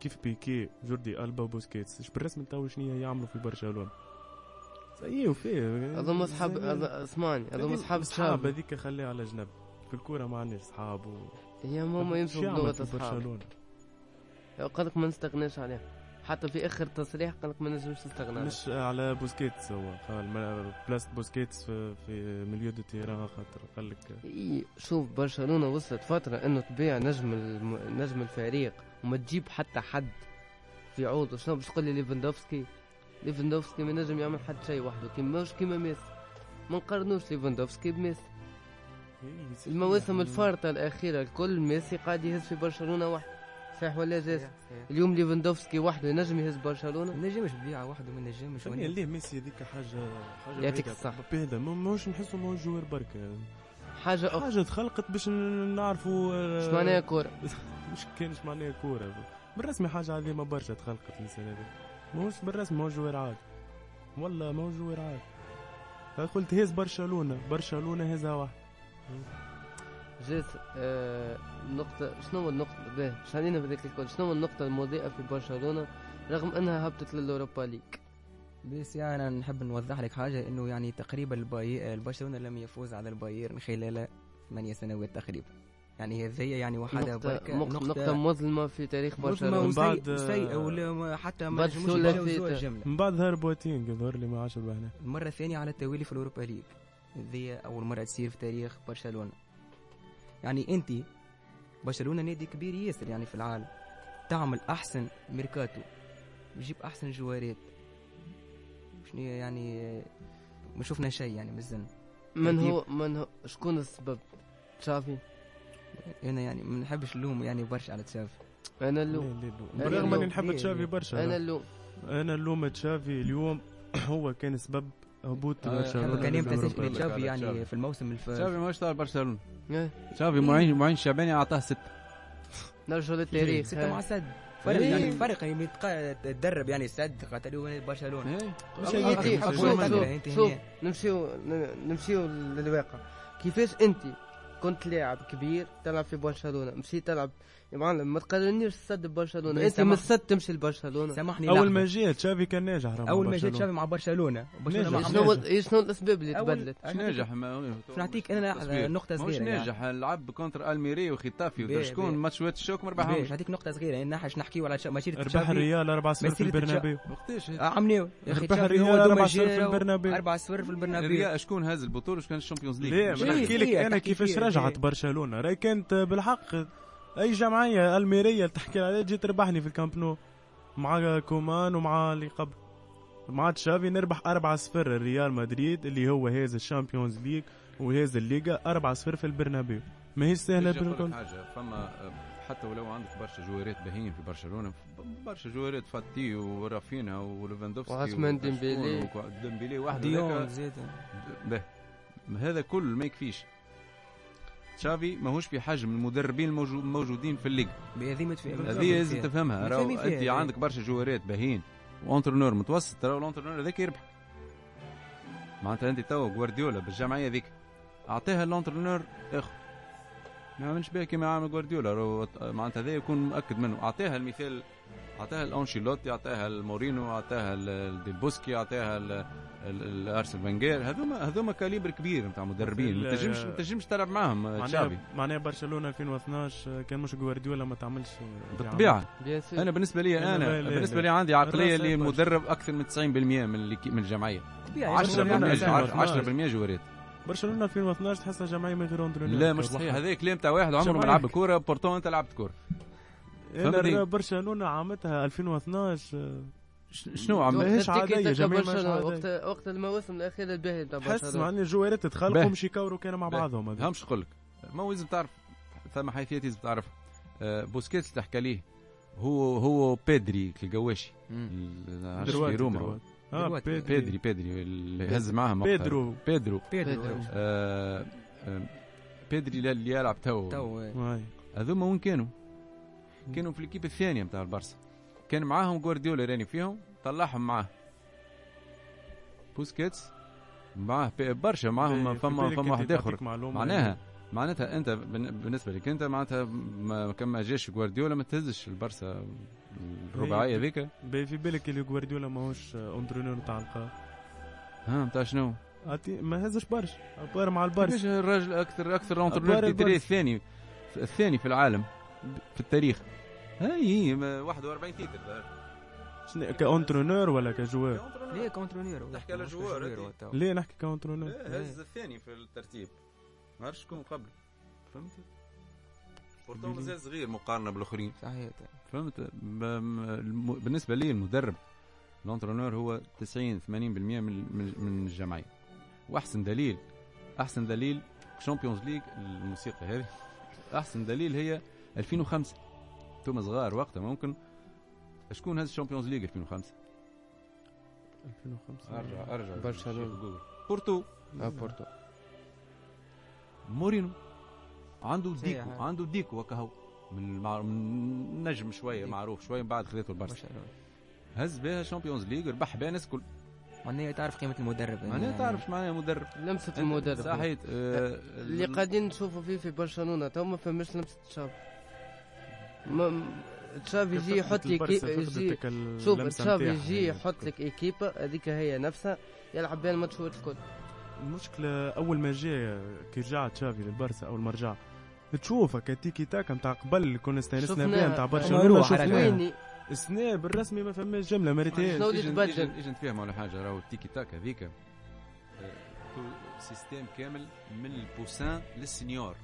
Speaker 3: كيف بيكي جوردي ألبا وبوسكيتس إيش بالرسم تو شنو يعملوا في برشلونة زيو فيه
Speaker 1: أظن أصحاب
Speaker 3: زيو.
Speaker 1: أظن- اسمعني أظن أصحاب
Speaker 3: صحاب
Speaker 1: تشافي
Speaker 3: هذيك خليها على جنب في الكوره ما عندناش صحاب و...
Speaker 1: هي هما
Speaker 3: شو
Speaker 1: يمشوا
Speaker 3: يعمل
Speaker 1: بلغة
Speaker 3: في
Speaker 1: أصحاب
Speaker 3: برشلونه
Speaker 1: قالك ما نستغناش عليهم حتى في اخر تصريح قال لك ما نجمش نستغنى عنه.
Speaker 3: مش على بوسكيتس هو قال ما- بلاصة بوسكيتس في, في مليو دو تيران خاطر قال لك
Speaker 1: إي، شوف برشلونه وصلت فتره انه تبيع نجم الم... نجم الفريق وما تجيب حتى حد في عوضه شنو باش تقول لي ليفاندوفسكي ليفاندوفسكي ما نجم يعمل حد شيء وحده كيما مش كيما ميسي ما نقارنوش ليفاندوفسكي بميسي المواسم
Speaker 3: يعني
Speaker 1: الفارطه الاخيره الكل ميسي قاعد يهز في برشلونه وحده صحيح ولا جاز اليوم ليفاندوفسكي وحده ينجم يهز برشلونه
Speaker 4: نجمش بيع واحد وما نجمش
Speaker 3: فهمني ليه ميسي هذيك حاجة حاجة
Speaker 1: يعطيك
Speaker 3: بعيدة.
Speaker 1: الصحة.
Speaker 3: بعيدة ما- ماهوش نحسه ماهوش جوار برك
Speaker 1: حاجه اخرى
Speaker 3: حاجة تخلقت باش ن- نعرفوا آه،
Speaker 1: اش معناها كوره
Speaker 3: مش كانش معناها كورة بالرسمي حاجة عادية ما برشا تخلقت الإنسان هذا ماهوش بالرسمي ماهوش جوار عادي والله ماهوش جوار عادي قلت هيز برشلونة برشلونة هيزها واحد
Speaker 1: جات آه نقطة شنو هو النقطة باهي خلينا بذاك الكل شنو هو النقطة المضيئة في برشلونة رغم انها هبطت للأوروبا ليج
Speaker 4: بس يعني انا نحب نوضح لك حاجه انه يعني تقريبا الباي... برشلونه لم يفوز على البايرن خلال ثمانية سنوات تقريبا يعني هذه يعني وحدها
Speaker 1: نقطة,
Speaker 4: برك-
Speaker 1: نقطة, نقطة مظلمة في تاريخ
Speaker 4: مظلمة
Speaker 1: برشلونة
Speaker 3: من بعد-
Speaker 4: وسيء- سيئة ولا ما- حتى ما
Speaker 1: بعد
Speaker 4: نجموش
Speaker 1: الثلاثية.
Speaker 4: نجوزوها جملة
Speaker 3: من بعد هرب واتين يظهر لي ما عاش بهنا
Speaker 4: المرة الثانية على التوالي في الأوروبا ليج هذه أول مرة تصير في تاريخ برشلونة يعني أنت برشلونة نادي كبير ياسر يعني في العالم تعمل أحسن ميركاتو تجيب أحسن جوارات شنو هي يعني ما شفنا شيء يعني مازلنا
Speaker 1: من هو من هو شكون السبب تشافي
Speaker 4: أنا يعني ما نحبش نلوم يعني برشا على تشافي
Speaker 1: انا اللوم
Speaker 3: بالرغم اني
Speaker 1: اللوم.
Speaker 3: نحب
Speaker 4: ليه-
Speaker 3: تشافي
Speaker 4: ليه؟
Speaker 3: برشا
Speaker 1: انا
Speaker 3: انا
Speaker 1: اللوم
Speaker 3: انا اللوم تشافي اليوم هو كان سبب هبوط برشلونة
Speaker 4: آه، كان
Speaker 3: للأوروبا.
Speaker 4: يمتازش
Speaker 2: بالرغم
Speaker 4: تشافي
Speaker 2: على
Speaker 4: يعني
Speaker 2: تشافي.
Speaker 4: في الموسم الف...
Speaker 2: شافي ماهوش تاع برشلونه
Speaker 1: إيه،
Speaker 2: شافي معين معين شعباني اعطاه ستة
Speaker 1: نرجعوا للتاريخ
Speaker 4: ستة مع
Speaker 1: ها.
Speaker 4: سد فرق
Speaker 1: إيه.
Speaker 4: يعني فرق يعني يتقا- تدرب يعني سد قاتلوا برشلونة
Speaker 2: إيه.
Speaker 3: مش
Speaker 1: شوف
Speaker 3: هيك.
Speaker 4: أكيد.
Speaker 1: شوف-
Speaker 4: أكيد.
Speaker 1: شوف
Speaker 4: أنت
Speaker 1: شوف
Speaker 4: هنا.
Speaker 1: نمشيو نمشيو للواقع كيفاش انت كنت لاعب كبير تلعب في برشلونه مشيت تلعب يا معلم ما تقارنيش السد ببرشلونه انت من
Speaker 4: سامح.
Speaker 1: السد تمشي لبرشلونه
Speaker 4: سامحني
Speaker 3: اول
Speaker 4: لحظة.
Speaker 3: ما جا تشافي كان ناجح راه مع
Speaker 4: اول ما جيت
Speaker 3: برشلونة.
Speaker 4: شافي مع برشلونه برشلونه
Speaker 3: نجح.
Speaker 4: ما
Speaker 1: شنو
Speaker 4: عملش.
Speaker 1: هو شنو الاسباب اللي
Speaker 4: أول-
Speaker 1: تبدلت
Speaker 2: مش ناجح ما-
Speaker 4: باش نعطيك انا لحظة،
Speaker 2: تصوير.
Speaker 4: نقطه
Speaker 2: ماهوش
Speaker 4: صغيره يعني.
Speaker 2: ناجح لعب كونتر الميري وختافي
Speaker 4: بيه-
Speaker 2: ودر شكون
Speaker 4: بيه.
Speaker 2: ماتشوات الشوك ما
Speaker 4: باش
Speaker 2: ربحهمش
Speaker 4: نعطيك نقطه صغيره يعني نحش نحكيو على شا- مسيره
Speaker 3: ربح
Speaker 4: تشافي.
Speaker 3: الريال 4 0 في
Speaker 4: مسيرة
Speaker 3: البرنابيو
Speaker 2: وقتاش
Speaker 4: آه، عمليو يا أخي
Speaker 3: ربح
Speaker 4: تشافي
Speaker 3: الريال
Speaker 4: هو دوما
Speaker 3: 4-0 في
Speaker 4: جا و-
Speaker 3: البرنابيو.
Speaker 4: 4-0 في البرنابيو
Speaker 2: الريال شكون هاز البطوله وشكون الشامبيونز ليج
Speaker 3: ليه
Speaker 2: مش
Speaker 3: ما
Speaker 4: إيه،
Speaker 3: نحكي لك
Speaker 4: إيه،
Speaker 3: انا
Speaker 4: تحكي
Speaker 3: كيفاش
Speaker 4: فيه،
Speaker 3: رجعت
Speaker 4: إيه.
Speaker 3: برشلونة راهي كانت بالحق اي جمعية الميرية اللي تحكي عليها جيت ربحني في الكامب نو مع كومان ومع اللي قبل مع تشافي نربح 4 0 ريال مدريد اللي هو هاز الشامبيونز ليج وهاز الليغا 4 0 في البرنابيو ماهيش سهلة
Speaker 2: نرجع نقول
Speaker 3: بالكل
Speaker 2: لك حاجه فما آه، حتى ولو عندك برشا جوارات باهيين في برشلونه ب- برشا جوارات فاتي ورافينا وليفاندوفسكي
Speaker 1: وعثمان
Speaker 2: وشكون
Speaker 1: ديمبيلي.
Speaker 2: وكو- ديمبيلي وحده
Speaker 4: ديون
Speaker 2: هذاك.
Speaker 4: زيد
Speaker 2: به هذا كل ما يكفيش تشافي ماهوش في حجم المدربين الموجو- الموجودين في الليج
Speaker 4: بهذه ما تفهم
Speaker 2: هذه لازم تفهمها
Speaker 4: ما
Speaker 2: راهو
Speaker 4: فاهمين فيها
Speaker 2: انت
Speaker 4: هذه.
Speaker 2: عندك برشا جوارات باهين وانترنور متوسط راهو الانترنور هذاك يربح معناتها انت تو جوارديولا بالجمعيه هذيك اعطيها الانترنور اخر ما عملش بها كيما عامل جوارديولا راهو ت- معناتها هذا يكون مؤكد منه اعطيها المثال اعطاها الانشيلوتي اعطاها المورينو اعطاها ال- الديلبوسكي اعطاها ال- ال- الارسل فانجير هذوما هذوما كاليبر كبير نتاع مدربين ما
Speaker 3: مثل-
Speaker 2: تنجمش ما تنجمش تلعب معاهم
Speaker 3: معناها
Speaker 2: تشافي
Speaker 3: معناها برشلونة 2012 كان مش جوارديولا ما تعملش
Speaker 2: بالطبيعه
Speaker 1: بيان سور
Speaker 2: انا بالنسبه لي
Speaker 3: أنا
Speaker 2: انا
Speaker 3: لا-
Speaker 2: بالنسبه
Speaker 3: لا.
Speaker 2: لي عندي عقليه
Speaker 3: الراس
Speaker 2: اللي
Speaker 3: أكبر.
Speaker 2: مدرب اكثر من 90% من اللي كي- من الجمعيه 10% 10% جواريت
Speaker 3: برشلونة 2012 تحسها جمعية من غير اندرونير
Speaker 2: لا مش صحيح هذا كلام تاع واحد عمره ما
Speaker 3: جمعية.
Speaker 2: لعب كوره بورتو انت لعبت كوره فهمتني؟
Speaker 3: انا برشلونة عامتها 2012 آه،
Speaker 2: ش- شنو عم
Speaker 3: لا. ماهيش
Speaker 1: تيكي
Speaker 3: عادية،
Speaker 1: تاكا
Speaker 3: جميع ماهيش
Speaker 1: برشلونة.
Speaker 3: عادية.
Speaker 1: وقت وقت المواسم الاخيره الباهيه تاع
Speaker 3: تحس
Speaker 1: برشلونه
Speaker 3: معناها الجوارات
Speaker 2: باهي.
Speaker 3: تتخلقوا مش يكوروا كانوا مع
Speaker 2: باهي.
Speaker 3: بعضهم هذا
Speaker 2: همش نقول لك ما لازم تعرف ثم حيثيات لازم تعرفها آه، بوسكيتس اللي تحكى ليه هو هو بيدري القواشي ال- عاش في
Speaker 3: درواتي،
Speaker 2: روما
Speaker 3: درواتي. اه
Speaker 4: دلوقتي.
Speaker 3: بيدري
Speaker 2: بيدري بيدري اللي هز معاهم وقتها.
Speaker 3: بيدرو
Speaker 2: بيدرو
Speaker 4: بيدرو
Speaker 1: بيدرو.
Speaker 2: آه، آه، بيدري اللي يلعب تو
Speaker 4: تو
Speaker 3: واي.
Speaker 2: هذوما وين كانوا؟ كانوا في الكيب الثانيه نتاع البارسا كان معاهم جوارديولا راني فيهم طلعهم معاه بوسكيتس معاه ب- برشا معاهم
Speaker 3: في
Speaker 2: فما
Speaker 3: بالك
Speaker 2: فما
Speaker 3: أنت
Speaker 2: واحد
Speaker 3: تعطيك
Speaker 2: اخر
Speaker 3: معلومة
Speaker 2: معناها معناتها انت بن- بالنسبه لك انت معناتها ما كما جاش جوارديولا ما تهزش البارسا الرباعيه ذيك
Speaker 3: بي- في بالك اللي جوارديولا ماهوش آه، اندرونير تاع القا
Speaker 2: ها نتاع شنو؟
Speaker 3: عطي- ما هزش برشا ابار مع البرس
Speaker 2: كيفاش الراجل اكثر اكثر
Speaker 3: أبار
Speaker 2: انترنور
Speaker 3: البارسا.
Speaker 2: الثاني
Speaker 3: أه.
Speaker 2: الثاني في العالم في التاريخ هاي هي ما- 41 تيتر
Speaker 3: شنو كاونترونور ولا كجوار
Speaker 4: ليه كونترولير
Speaker 2: تحكي على جوار هذه.
Speaker 3: ليه نحكي كاونترونور
Speaker 2: إيه، هز الثاني في الترتيب ما عرفش شكون قبل فهمت بورتو مازال صغير مقارنه بالاخرين
Speaker 4: صحيح
Speaker 2: فهمت ب- م- الم- بالنسبه لي المدرب الانترونور هو 90 80% من من من الجمعيه واحسن دليل احسن دليل شامبيونز ليج الموسيقى هذه احسن دليل هي 2005 انتم صغار وقتها ممكن شكون هز الشامبيونز ليج 2005 ارجع
Speaker 3: 2005
Speaker 2: ارجع
Speaker 1: برشلونة.
Speaker 2: شوف جوجل. بورتو
Speaker 1: آه، بورتو
Speaker 2: مورينو عنده
Speaker 4: صحيح.
Speaker 2: ديكو عنده ديكو وكهو من المع... من نجم شويه
Speaker 4: ديكو.
Speaker 2: معروف شويه من بعد خذيته
Speaker 4: ما
Speaker 2: البرشا
Speaker 4: شاء الله
Speaker 2: هز بها شامبيونز ليج ربح بها ناس كل
Speaker 4: معناها تعرف قيمه المدرب يعني
Speaker 2: معناها تعرف معناها مدرب
Speaker 1: لمسة المدرب
Speaker 2: صحيت آه،
Speaker 1: اللي قاعدين نشوفوا فيه في برشلونة تو ما فماش لمسة تشافي ما- تشافي يجي يحط لي كي- يجي شوف تشافي يجي
Speaker 3: يعني.
Speaker 1: يحط لك ايكيبا هذيك هي نفسها يلعب بها الماتشات الكل
Speaker 3: المشكلة أول ما جا كي رجع تشافي للبرسا أول ما رجع تشوفها كتيكي تاكا نتاع قبل اللي كنا استانسنا
Speaker 1: شفناها.
Speaker 3: بها نتاع برشلونة
Speaker 4: مروعة
Speaker 3: شفناها
Speaker 4: على
Speaker 1: ويني
Speaker 3: السنة بالرسمي ما فماش جملة ما ريتهاش.
Speaker 1: شنو اللي تبدل؟
Speaker 2: اجا نتفاهم على حاجه راهو التيكي تاك هذيك آه، تو- سيستيم كامل من البوسان للسنيور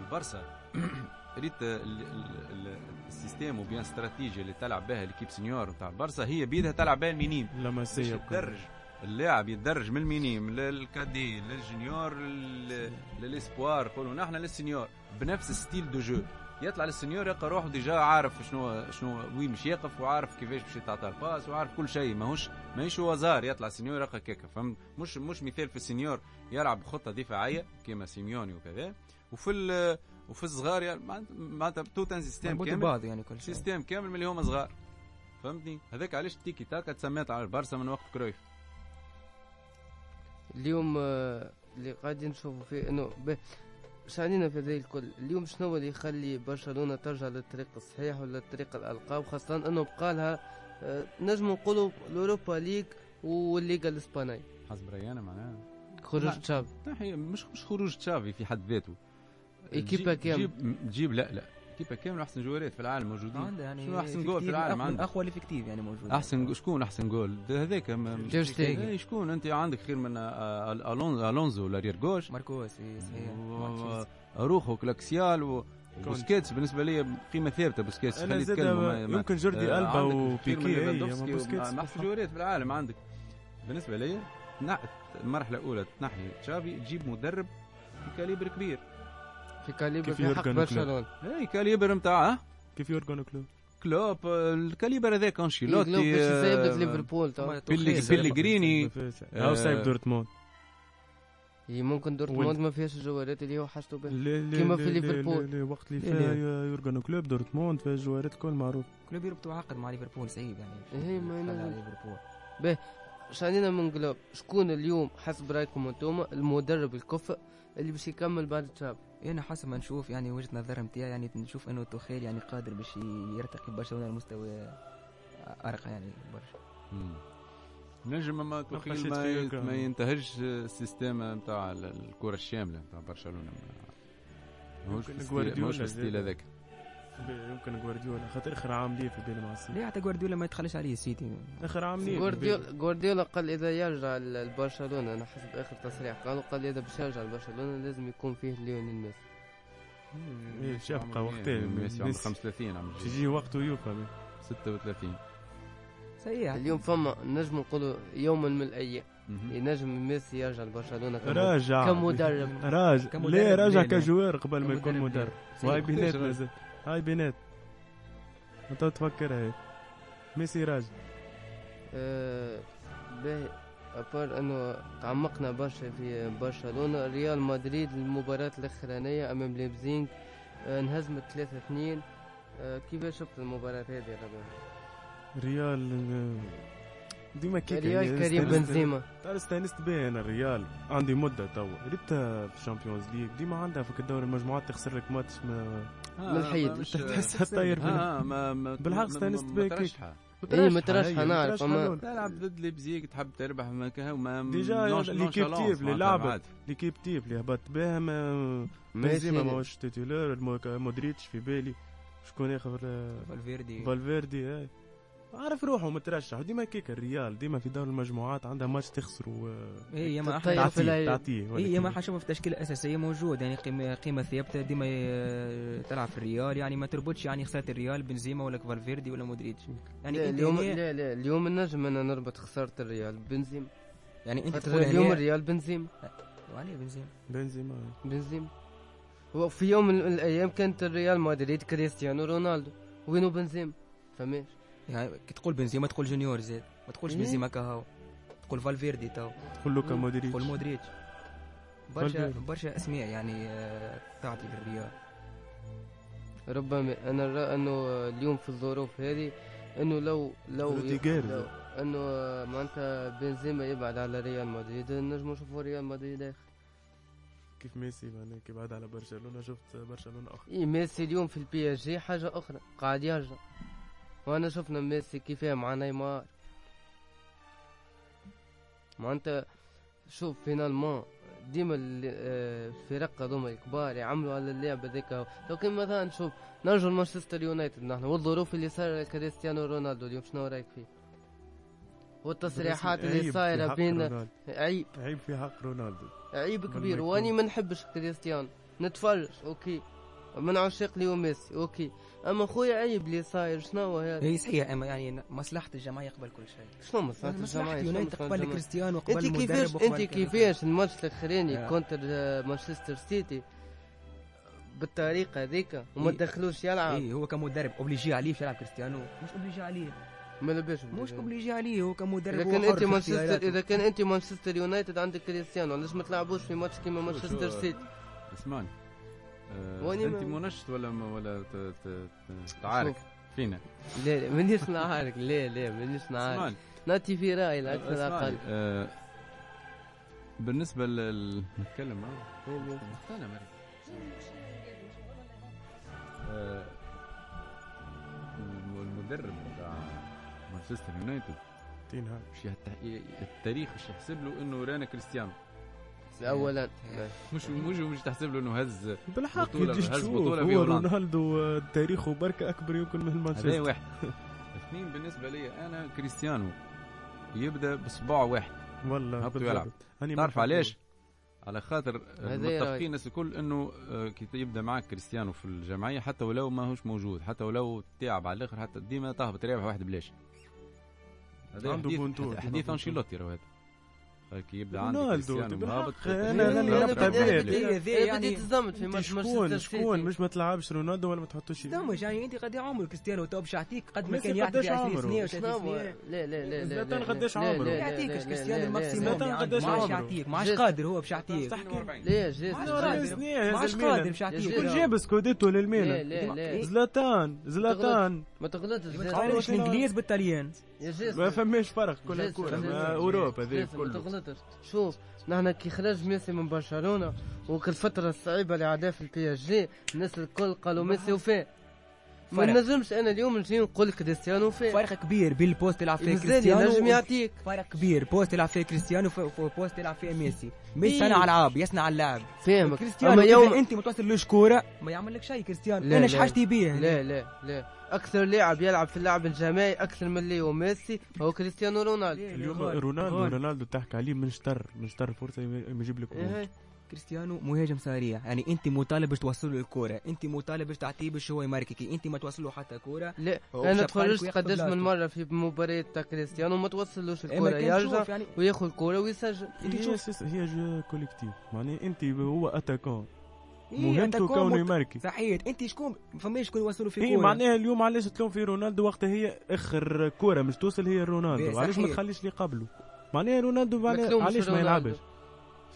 Speaker 2: البرسا ريت ال- ال- ال- السيستيم وبيان استراتيجيا اللي تلعب بها الكيب سنيور نتاع البرسا هي بيدها تلعب بها المينيم
Speaker 3: لما
Speaker 2: باش
Speaker 3: سيب
Speaker 2: يتدرج اللاعب يتدرج من المينيم للكادي للجونيور لل- للاسبوار قولوا نحن للسنيور بنفس ستيل دو جو يطلع للسنيور يلقى روحه ديجا عارف شنو شنو وين مش يقف وعارف كيفاش باش يتعطى الباس وعارف كل شيء ماهوش ماهيش هو زار يطلع سنيور يلقى كيكا فهمت مش مش مثال في السنيور يلعب خطه دفاعيه كيما سيميوني وكذا وفي ال- وفي الصغار يعني معناتها- معناتها توتان سيستم
Speaker 4: مربوط
Speaker 2: كامل
Speaker 4: ببعض يعني كل شيء
Speaker 2: سيستم كامل من اللي هما صغار فهمتني هذاك علاش التيكي تاكا تسمات على البارسا من وقت كرويف
Speaker 1: اليوم آه، اللي قاعدين نشوفوا فيه انه ب- شعلينا في هذا الكل اليوم شنو اللي يخلي برشلونة ترجع للطريق الصحيح ولا الطريق الألقاب خاصة انه بقالها آه، نجم نقولوا الأوروبا ليج والليغا الإسبانية نعم.
Speaker 2: حسب ريانا معناها
Speaker 1: خروج
Speaker 2: لا.
Speaker 1: تشافي
Speaker 2: ناحية طيب، مش مش خروج تشافي في حد ذاته
Speaker 1: إيكيبا
Speaker 2: تجيب-
Speaker 1: كامل.
Speaker 2: تجيب تجيب لا لا ايكيبا كامل احسن جوارات في العالم موجودين
Speaker 4: عنده يعني
Speaker 2: شنو أحسن جول في
Speaker 4: effective
Speaker 2: العالم
Speaker 4: من
Speaker 2: عنده؟
Speaker 4: اقوى الافكتيف يعني موجود
Speaker 2: احسن شكون احسن جول ده هذاك ما-
Speaker 1: تير شتيجن.
Speaker 2: إيه، شكون انت عندك خير من آه، أل- الونزو الونزو لارير جوش
Speaker 4: ماركوس إيه، صحيح
Speaker 2: و- اروخو كلاكسيال و- وبوسكيتس بالنسبه لي قيمه ثابته بوسكيتس
Speaker 3: أنا
Speaker 2: خليه
Speaker 3: زاد
Speaker 2: يتكلم ما- ما-
Speaker 3: يمكن جوردي
Speaker 2: آه،
Speaker 3: ألبا
Speaker 2: عندك خير من
Speaker 3: وبيكي إيه،
Speaker 2: ليفاندوفسكي
Speaker 3: أما بوسكيتس
Speaker 2: وما- ما أحسن جواريات في العالم عندك بالنسبه لي تنع- المرحله الاولى تنحي تشافي تجيب مدرب في كاليبر كبير
Speaker 1: في كاليبر
Speaker 3: كيف
Speaker 1: في حق
Speaker 3: يورجن كلوب.
Speaker 1: برشلونة
Speaker 2: اي كاليبر نتاع
Speaker 3: كيف يورجن كلوب
Speaker 2: كلوب آه، الكاليبر هذاك انشيلوتي
Speaker 1: لوب إيه، باش
Speaker 2: آه،
Speaker 1: يسيب لك ليفربول تو
Speaker 2: بيلي بيليغريني آه.
Speaker 3: أو سايب دورتموند
Speaker 1: هي ممكن دورتموند ما فيهاش الجوارات اللي هو حاجته بها
Speaker 3: لي- لي-
Speaker 1: كيما في
Speaker 3: لي- لي-
Speaker 1: ليفربول.
Speaker 3: لي- وقت اللي
Speaker 4: ليه-
Speaker 3: فيها
Speaker 4: ليه؟
Speaker 3: يورجن كلوب دورتموند فيها جوارات الكل معروف
Speaker 4: كلوب يربطوا عقد مع ليفربول صعيب يعني
Speaker 1: إيه، ما
Speaker 4: يخلى
Speaker 1: أنا-
Speaker 4: على ليفربول
Speaker 1: شانينا من قلوب شكون اليوم حسب رايكم انتوما المدرب الكفء اللي باش يكمل بعد تشافي
Speaker 4: انا إيه، حسب ما نشوف يعني وجهه نظر نتاعي يعني نشوف انه توخيل يعني قادر باش يرتقي برشلونه لمستوى ارقى يعني برشا
Speaker 2: مم. نجم ما
Speaker 3: قشيت
Speaker 2: تخيل ما,
Speaker 3: فيه
Speaker 2: يت-
Speaker 3: كان.
Speaker 2: ما ينتهج السيستم نتاع ال- الكره الشامله نتاع برشلونه ما- ماهوش في
Speaker 3: يمكن
Speaker 2: الستيل-
Speaker 3: جوارديولا
Speaker 2: ماهوش في الستيل
Speaker 3: زاد.
Speaker 2: هذاك
Speaker 3: يمكن جوارديولا خاطر اخر عام ليه في بين مع السيتي
Speaker 4: ليه حتى جوارديولا ما يتخلش عليه السيتي
Speaker 3: اخر عام ليه في
Speaker 1: جوارديولا جوارديولا قال اذا يرجع ل- لبرشلونه انا حسب اخر تصريح قالوا قال اذا باش يرجع لبرشلونه لازم يكون فيه ليونيل ميسي
Speaker 3: إيه، شاب
Speaker 2: عمره
Speaker 3: بقى
Speaker 2: مية-
Speaker 3: وقتها.
Speaker 2: ميسي عمره
Speaker 3: ميسي.
Speaker 2: 35 عمره
Speaker 3: باش يجي وقته يوفا
Speaker 2: 36
Speaker 4: صحيح
Speaker 1: اليوم فما نجم نقولوا يوما من الايام
Speaker 2: مهم.
Speaker 1: نجم ميسي يرجع لبرشلونه كمدرب.
Speaker 3: راجع
Speaker 4: يعني
Speaker 1: كمدرب
Speaker 3: راجع
Speaker 4: كمدرب
Speaker 3: ليه راجع
Speaker 4: ليه؟
Speaker 3: كجوار قبل ما
Speaker 4: كمدرب
Speaker 3: يكون
Speaker 4: ليه؟
Speaker 3: مدرب
Speaker 4: صحيح.
Speaker 3: وهاي بينات
Speaker 2: كيفاش راجع؟
Speaker 3: مازال هاي بينات انت تفكرها هي ميسي راجع
Speaker 1: آه، باهي ابار انه تعمقنا برشا في برشلونه ريال مدريد المباراه الاخرانيه امام ليبزينج آه، انهزمت 3 2 كيفاش شفت المباراه هذه يا ربيع؟
Speaker 3: ريال آه، ديما كيك
Speaker 1: ريال
Speaker 3: يعني
Speaker 1: كريم
Speaker 3: استانست-
Speaker 1: بنزيما
Speaker 3: تعرف استانست بيه انا الريال عندي مده تو ريتها في الشامبيونز ليج ديما عندها في الدوري المجموعات تخسر لك ماتش ما
Speaker 2: آه،
Speaker 1: من الحيد.
Speaker 2: ما- مش-
Speaker 3: تحسها طاير من-
Speaker 2: آه، ما- ما-
Speaker 3: بالحق
Speaker 2: ما-
Speaker 3: استانست
Speaker 2: ما- ما
Speaker 3: بيك.
Speaker 2: ترشحها.
Speaker 1: إيه، مترشحة، نعرف،
Speaker 3: مترشحة
Speaker 1: أما-
Speaker 3: لون.
Speaker 2: تلعب ضد ليبزيك تحب تربح ما كه- ما
Speaker 3: ديجا
Speaker 2: نونش-
Speaker 3: ليكيب
Speaker 2: نونشالانس
Speaker 3: تيب اللي
Speaker 2: معناتها
Speaker 3: لعبت.
Speaker 2: عادي.
Speaker 3: ليكيب تيب اللي هبطت بها ما
Speaker 1: ماشي.
Speaker 3: بنزيما ماهوش تيتولار المو- مودريتش في بالي شكون اخر
Speaker 4: فالفيردي
Speaker 3: فالفيردي هاي عارف روحه مترشح وديما كيك الريال ديما في دور المجموعات عندها ماتش تخسروا آه،
Speaker 4: هي إيه، ما
Speaker 1: تطير
Speaker 4: أحد-
Speaker 1: طيب، في إيه، ال- لا-
Speaker 3: تعطيه تعطيه ولا
Speaker 1: طيب.
Speaker 4: هي ما
Speaker 3: كيف.
Speaker 4: حنشوفها في التشكيله الاساسيه موجود يعني قيمه قيمه ثابته ديما آه، تلعب في الريال يعني ما تربطش يعني خساره الريال بنزيما ولا فالفيردي ولا مودريتش يعني انت
Speaker 1: اليوم
Speaker 4: هنا-
Speaker 1: لا لا اليوم نجم انا نربط خساره الريال بنزيما
Speaker 4: يعني انت
Speaker 1: خاطر
Speaker 4: تقول
Speaker 1: اليوم
Speaker 4: هنا-
Speaker 1: الريال بنزيما
Speaker 4: وعليه بنزيما
Speaker 3: بنزيما
Speaker 1: بنزيما وفي يوم من الايام كانت الريال مدريد كريستيانو رونالدو وينو بنزيما فماش
Speaker 4: يعني كي تقول بنزيما تقول جونيور زاد ما تقولش
Speaker 1: إيه.
Speaker 4: بنزيما كهو تقول فالفيردي تو
Speaker 3: كله كمودريتش
Speaker 4: تقول مودريتش برشا
Speaker 3: فالفيردي.
Speaker 4: برشا اسماء يعني آه، تعطي للريال
Speaker 1: ربما انا نرى انه اليوم في الظروف هذه انه لو لو
Speaker 3: روديغير.
Speaker 1: لو انه معناتها بنزيما يبعد على ريال مدريد نجم نشوفوا ريال مدريد اخر
Speaker 3: كيف ميسي معناها كي بعد على برشلونه شفت برشلونه اخر
Speaker 1: إيه ميسي اليوم في البي اس جي حاجه اخرى قاعد يرجع وانا شفنا ميسي كيفاه مع نيمار معناتها شوف فينالمون ديما ال- آه، الفرق هذوما الكبار يعملوا على اللعب هذاك لو كان مثلا شوف نرجع مانشستر يونايتد نحن والظروف اللي صار كريستيانو رونالدو اليوم شنو رايك فيه؟ والتصريحات
Speaker 3: عيب
Speaker 1: اللي
Speaker 3: في
Speaker 1: صايره
Speaker 3: حق
Speaker 1: بين
Speaker 3: رونالدو.
Speaker 1: عيب
Speaker 3: عيب في حق رونالدو
Speaker 1: عيب
Speaker 3: بل
Speaker 1: كبير
Speaker 3: ما
Speaker 1: واني
Speaker 3: يكون.
Speaker 1: ما نحبش كريستيانو نتفرج اوكي من عشاق ليو ميسي اوكي اما خويا عيب اللي صاير شنو هو هذا
Speaker 4: هي صحيح اما يعني مصلحه الجماعه قبل كل شيء
Speaker 1: شنو مصلحة
Speaker 4: مصلحه
Speaker 1: الجماعة شنو
Speaker 4: يونايتد
Speaker 1: مصلحة
Speaker 4: قبل
Speaker 1: الجماعة
Speaker 4: كريستيانو قبل
Speaker 1: انت
Speaker 4: المدرب
Speaker 1: كيفاش
Speaker 4: وقبل
Speaker 1: انت
Speaker 4: كل شيء.
Speaker 1: كيفاش الماتش الاخراني
Speaker 4: آه.
Speaker 1: كونتر آه، مانشستر سيتي بالطريقة هذيك وما
Speaker 4: إيه.
Speaker 1: دخلوش يلعب
Speaker 4: ايه هو كمدرب اوبليجي عليه باش يلعب كريستيانو مش اوبليجي عليه
Speaker 1: ما لباش
Speaker 4: مش اوبليجي عليه هو كمدرب
Speaker 1: اذا
Speaker 4: هو
Speaker 1: كان
Speaker 4: حر
Speaker 1: انت
Speaker 4: في
Speaker 1: مانشستر
Speaker 4: اختياراته.
Speaker 1: اذا كان انت مانشستر يونايتد عندك كريستيانو علاش ما تلعبوش في ماتش كيما مانشستر
Speaker 2: شو-
Speaker 1: سيتي
Speaker 2: اسمعني آه
Speaker 1: واني
Speaker 2: انت
Speaker 1: ما-
Speaker 2: منشط ولا ما- ولا ت- ت- ت- تعارك فينا
Speaker 1: لا لا مانيش نعارك لا لا مانيش نعارك
Speaker 2: اسمعني
Speaker 1: نعطي في راي على الاقل
Speaker 2: اسمعني
Speaker 1: اقل
Speaker 2: آه بالنسبه لل نتكلم آه. معاك. مختلف مريم آه، الم- المدرب بتاع مانشستر يونايتد
Speaker 3: تين هاج
Speaker 2: مش يحت- ي- التاريخ مش يحسب له انه رانا كريستيانو
Speaker 1: اولا
Speaker 2: مش مش مش تحسب له انه هز
Speaker 3: بالحق
Speaker 2: بطولة
Speaker 3: يجي
Speaker 2: هز
Speaker 3: تشوف
Speaker 2: بطولة في
Speaker 3: هو
Speaker 2: هولندا.
Speaker 3: رونالدو آه، تاريخه بركة أكبر يمكن من
Speaker 2: هذا
Speaker 3: مانشستر
Speaker 2: واحد اثنين بالنسبه لي انا كريستيانو يبدا بصباع واحد
Speaker 3: والله
Speaker 2: هبطوا
Speaker 3: بالضبط.
Speaker 2: يلعب.
Speaker 3: هاني
Speaker 2: تعرف
Speaker 3: مرحبا.
Speaker 2: علاش؟ على خاطر
Speaker 1: هذا
Speaker 2: متفقين
Speaker 1: رأيي.
Speaker 2: الناس الكل انه آه، كي يبدا معك كريستيانو في الجمعيه حتى ولو ماهوش موجود حتى ولو تعب على الاخر حتى ديما تهبط رابح واحد بلاش هذا
Speaker 3: عنده
Speaker 2: حديث-
Speaker 3: بونتو،
Speaker 2: حد-
Speaker 3: ديما
Speaker 2: حديث
Speaker 3: بونتو.
Speaker 2: انشيلوتي راهو هذا آه، كي يبدا عندك
Speaker 3: رونالدو
Speaker 2: كريستيانو
Speaker 3: بالحق
Speaker 2: مهابط
Speaker 3: انا
Speaker 1: أنا
Speaker 3: راني
Speaker 1: بديت-
Speaker 3: نبقى
Speaker 1: أنا بديت-
Speaker 3: بيه
Speaker 4: هذا- هذا
Speaker 1: أنا
Speaker 4: يعني
Speaker 1: بديت تزمت إيه، في
Speaker 3: انت
Speaker 1: ماتش
Speaker 3: شكون
Speaker 1: مانشستر
Speaker 3: شكون
Speaker 1: سيتي
Speaker 3: مش ما تلعبش رونالدو ولا ما تحطوش
Speaker 4: دمج يعني انت قد إيه عمر كريستيانو تو باش يعطيك قد ما
Speaker 3: ميسي
Speaker 4: كان يعطيك
Speaker 3: قداش
Speaker 4: 20
Speaker 3: عمره؟
Speaker 4: سنه ولا
Speaker 1: شنو
Speaker 4: 30
Speaker 1: هو؟
Speaker 4: سنه
Speaker 1: لا لا لا لا
Speaker 3: زلاتان
Speaker 1: لا-
Speaker 3: قداش
Speaker 1: لا- لا-
Speaker 3: عمره؟
Speaker 1: لا-
Speaker 4: ما
Speaker 1: لا-
Speaker 4: يعطيكش
Speaker 1: لا-
Speaker 4: كريستيانو
Speaker 1: لا- لا-
Speaker 4: الماكسيموم
Speaker 1: لا-
Speaker 4: اللي
Speaker 3: زلاتان
Speaker 4: عنده
Speaker 3: قداش
Speaker 4: ما عادش
Speaker 3: عمره؟
Speaker 4: يعطيك ما عادش
Speaker 1: جيس.
Speaker 4: قادر هو باش يعطيك
Speaker 1: لا جيس
Speaker 4: ما عادش
Speaker 1: جيس.
Speaker 4: قادر ما عادش قادر باش
Speaker 1: جيس.
Speaker 4: يعطيك
Speaker 3: كل جاب سكوديتو
Speaker 1: لا
Speaker 3: للميلان
Speaker 1: لا لا
Speaker 3: زلاتان زلاتان
Speaker 1: ما تغلطش
Speaker 4: ما
Speaker 1: جيس.
Speaker 4: تقارنش الانجليز بالطليان
Speaker 1: يا جيس
Speaker 3: ما فماش فرق كلها
Speaker 1: جيس.
Speaker 3: كورة
Speaker 1: جيس.
Speaker 3: ما اوروبا
Speaker 1: جيس،
Speaker 3: ذي
Speaker 1: ما
Speaker 3: كله
Speaker 1: تغلطش شوف نحن كي خرج ميسي من برشلونه وكل الفتره الصعيبه اللي عادها في البي اس جي الناس الكل قالوا ميسي وفاء ما
Speaker 4: فرق.
Speaker 1: نجمش انا اليوم نجي نقول كريستيانو وفاء
Speaker 4: فرق كبير بين البوست تلعب فيه
Speaker 1: مازال ينجم
Speaker 4: كريستيانو
Speaker 1: يعطيك
Speaker 4: فرق كبير بوست تلعب فيه كريستيانو وبوست تلعب فيه ميسي ميسي
Speaker 1: إيه.
Speaker 4: صانع العاب يصنع اللعب
Speaker 1: فاهمك
Speaker 4: كريستيانو
Speaker 1: أما يوم-
Speaker 4: يوم انت ما توصلوش كوره ما يعملكش شيء كريستيانو
Speaker 1: لا،
Speaker 4: انا
Speaker 1: لا.
Speaker 4: شحاجتي بيه
Speaker 1: لا لا لا اكثر لاعب يلعب في اللعب الجماعي اكثر من ليو ميسي هو كريستيانو رونالدو
Speaker 3: اليوم رونالدو رونالدو تحكي عليه من شطر من شطر فرصة يجيب لك جول.
Speaker 1: إيه.
Speaker 4: كريستيانو مهاجم سريع يعني انت مطالب باش توصل له الكره انت مطالب باش تعطيه باش هو يماركيكي انت ما توصل له حتى كره
Speaker 1: لا
Speaker 4: هو
Speaker 1: انا
Speaker 4: شبالك
Speaker 1: تفرجت
Speaker 4: وياخد
Speaker 1: قداش من
Speaker 4: بلاصته.
Speaker 1: مره في مباريات تاع كريستيانو وما توصلوش
Speaker 4: اما
Speaker 1: الكره
Speaker 4: كان
Speaker 1: يرجع
Speaker 4: شوف يعني
Speaker 1: وياخذ الكره ويسجل
Speaker 4: انت
Speaker 3: هي
Speaker 4: تشوف
Speaker 3: أساس- إيه، هي جو كوليكتيف معناها انت هو اتاكون
Speaker 4: إيه،
Speaker 3: مهمته
Speaker 4: أتاكون
Speaker 3: كونه
Speaker 4: مت-
Speaker 3: يماركي
Speaker 4: صحيح انت شكون فما شكون يوصلوا في
Speaker 3: هي
Speaker 4: كوره
Speaker 3: إيه، معناها اليوم علاش تلوم في رونالدو وقتها هي اخر كوره مش توصل هي رونالدو
Speaker 4: بيه،
Speaker 3: علاش ما
Speaker 4: صحيح.
Speaker 3: تخليش لي قبله معناها رونالدو معناها
Speaker 1: مكلوم مش
Speaker 3: علاش ما
Speaker 1: رونالدو.
Speaker 3: يلعبش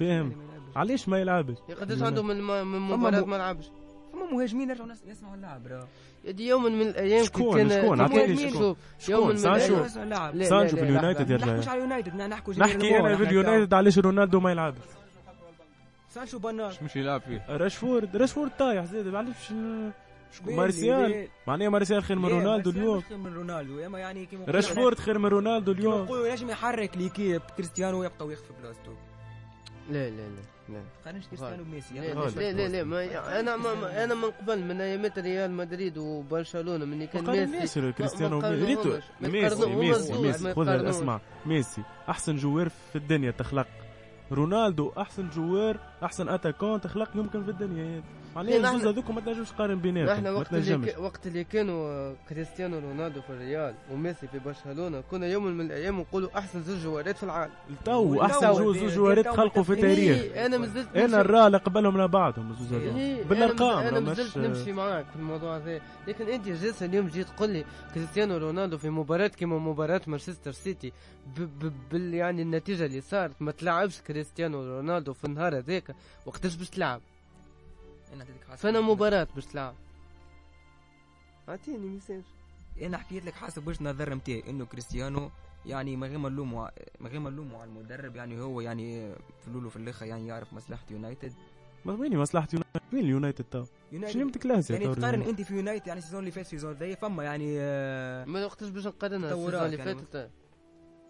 Speaker 3: فاهم علاش ما يلعبش
Speaker 1: قداش عندهم من من مباراه ما لعبش
Speaker 4: فما مهاجمين رجعوا نس- يسمعوا اللعب راه
Speaker 1: يدي يوم من الايام كي
Speaker 3: شكون-
Speaker 1: كان
Speaker 3: شكون؟
Speaker 1: كي كان-
Speaker 3: عطيني شكون.
Speaker 1: شوف يوم
Speaker 3: شكون
Speaker 1: من
Speaker 3: سانشو
Speaker 1: الأيام-
Speaker 4: يسمعوا اللعب
Speaker 1: لا،
Speaker 3: سانشو
Speaker 1: لا، لا،
Speaker 3: في اليونايتد
Speaker 1: لحظة.
Speaker 4: نحكوش
Speaker 3: يرجع
Speaker 4: على اليونايتد نا- نحكوا جميع
Speaker 3: نحكي
Speaker 4: الأمور،
Speaker 3: انا في
Speaker 4: نحكي
Speaker 3: اليونايتد علاش رونالدو ما يلعبش
Speaker 4: سانشو بنار
Speaker 2: مش يلعب فيه
Speaker 3: راشفورد راشفورد طايح زاد علاش ن- مارسيال معناها مارسيال خير من رونالدو اليوم
Speaker 4: من رونالدو اما يعني كيما قلنا-
Speaker 3: راشفورد خير من رونالدو
Speaker 4: كيما
Speaker 3: اليوم
Speaker 4: نقولوا نجم يحرك ليكيب كريستيانو يبقى واقف في بلاصتو
Speaker 1: لا لا لا
Speaker 3: لا.
Speaker 4: تقارنش كريستيانو بميسي
Speaker 1: لا
Speaker 4: يلا.
Speaker 1: لا لا, لا ما انا ما ما- انا من قبل من ايامات ريال مدريد وبرشلونه من كان
Speaker 3: وقال
Speaker 1: ميسي
Speaker 3: ميسي كريستيانو
Speaker 1: ما- ما
Speaker 3: وميسي. ريتو
Speaker 1: نقارنهمش. ما
Speaker 3: ميسي
Speaker 1: نقارنهمش.
Speaker 3: ميسي
Speaker 1: ما
Speaker 3: ميسي خذها
Speaker 1: نقارنهمش.
Speaker 3: اسمع ميسي احسن جوار في الدنيا تخلق رونالدو احسن جوار احسن اتاكون تخلق يمكن في الدنيا هذه
Speaker 1: لأن
Speaker 3: عليه
Speaker 1: احنا-
Speaker 3: الجوز هذوك ما تنجمش تقارن بيناتهم
Speaker 1: احنا
Speaker 3: ما
Speaker 1: وقت اللي
Speaker 3: تنجمش
Speaker 1: ك- وقت اللي كانوا آه، كريستيانو رونالدو في الريال وميسي في برشلونه كنا يوم من الايام نقولوا احسن زوج جوارات في العالم
Speaker 3: تو احسن
Speaker 4: تو-
Speaker 3: جوز
Speaker 4: تو-
Speaker 3: جوارات
Speaker 4: تو-
Speaker 3: تخلقوا في
Speaker 4: تو-
Speaker 3: تاريخ
Speaker 1: إيه، انا مازلت
Speaker 3: انا
Speaker 1: نمشي-
Speaker 3: الرا اللي قبلهم لبعضهم الزوز هذوك.
Speaker 1: إيه،
Speaker 3: بالأرقام،
Speaker 1: انا, أنا
Speaker 3: ما
Speaker 1: مازلت
Speaker 3: مش-
Speaker 1: نمشي معاك في الموضوع هذا لكن انت جالس اليوم جيت تقول لي كريستيانو رونالدو في مباراه كما مباراه مانشستر سيتي ب ب بال يعني النتيجه اللي صارت ما تلعبش كريستيانو رونالدو في النهار هذاك وقتاش باش تلعب
Speaker 4: أنا أعطيتك حاسب-
Speaker 1: فانا مباراه باش تلعب اعطيني مثال
Speaker 4: انا حكيت لك حسب وجهه النظر نتاعي انه كريستيانو يعني من غير ما نلومه ع- من غير ما نلومه على المدرب يعني هو يعني في الاول وفي الاخر يعني يعرف مصلحه يونايتد
Speaker 3: ما وين مصلحة يونايتد وين اليونايتد تو شنو
Speaker 4: يونايتد
Speaker 3: متكلاس
Speaker 4: يعني تقارن انت في يونايتد يعني السيزون اللي فات السيزون هذا فما يعني آه،
Speaker 1: ما وقتاش باش نقارنها
Speaker 4: تطورات
Speaker 1: السيزون اللي
Speaker 4: يعني
Speaker 1: فاتت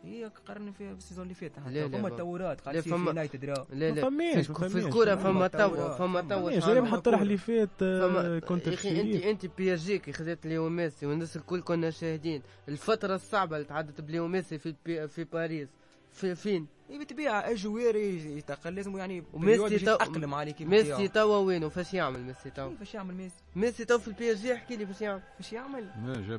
Speaker 4: هي إيه، قارن في السيزون اللي فات
Speaker 1: لا،
Speaker 4: حتى
Speaker 1: لا،
Speaker 4: فما
Speaker 1: ما-
Speaker 4: تطورات
Speaker 1: لا،
Speaker 4: قاعد في
Speaker 1: فما-
Speaker 4: يونايتد راه
Speaker 1: لا لا
Speaker 3: فماش،
Speaker 1: في الك- في
Speaker 3: فماش.
Speaker 1: الكورة فما
Speaker 4: فما
Speaker 1: تو
Speaker 4: تطورات،
Speaker 1: فما
Speaker 4: فما-
Speaker 1: تو
Speaker 3: ليش انا حتى الطرح اللي فات آه،
Speaker 1: فما
Speaker 3: كنت
Speaker 1: يا اخي انت
Speaker 3: تشيليه.
Speaker 1: انت بي اس جي كي خذت ليو ميسي والناس الكل كنا شاهدين الفتره الصعبه اللي تعدت بليو ميسي في بي في باريس في فين
Speaker 4: اي بالطبيعه الجوار يتاقل لازم يعني
Speaker 1: وميسي
Speaker 4: period باش
Speaker 1: تو-
Speaker 4: يتاقلم على كيف إيه،
Speaker 1: ميسي توا وين وفاش يعمل ميسي توا
Speaker 4: فاش يعمل ميسي
Speaker 1: ميسي توا في البي اس جي احكي لي فاش يعمل
Speaker 4: فاش يعمل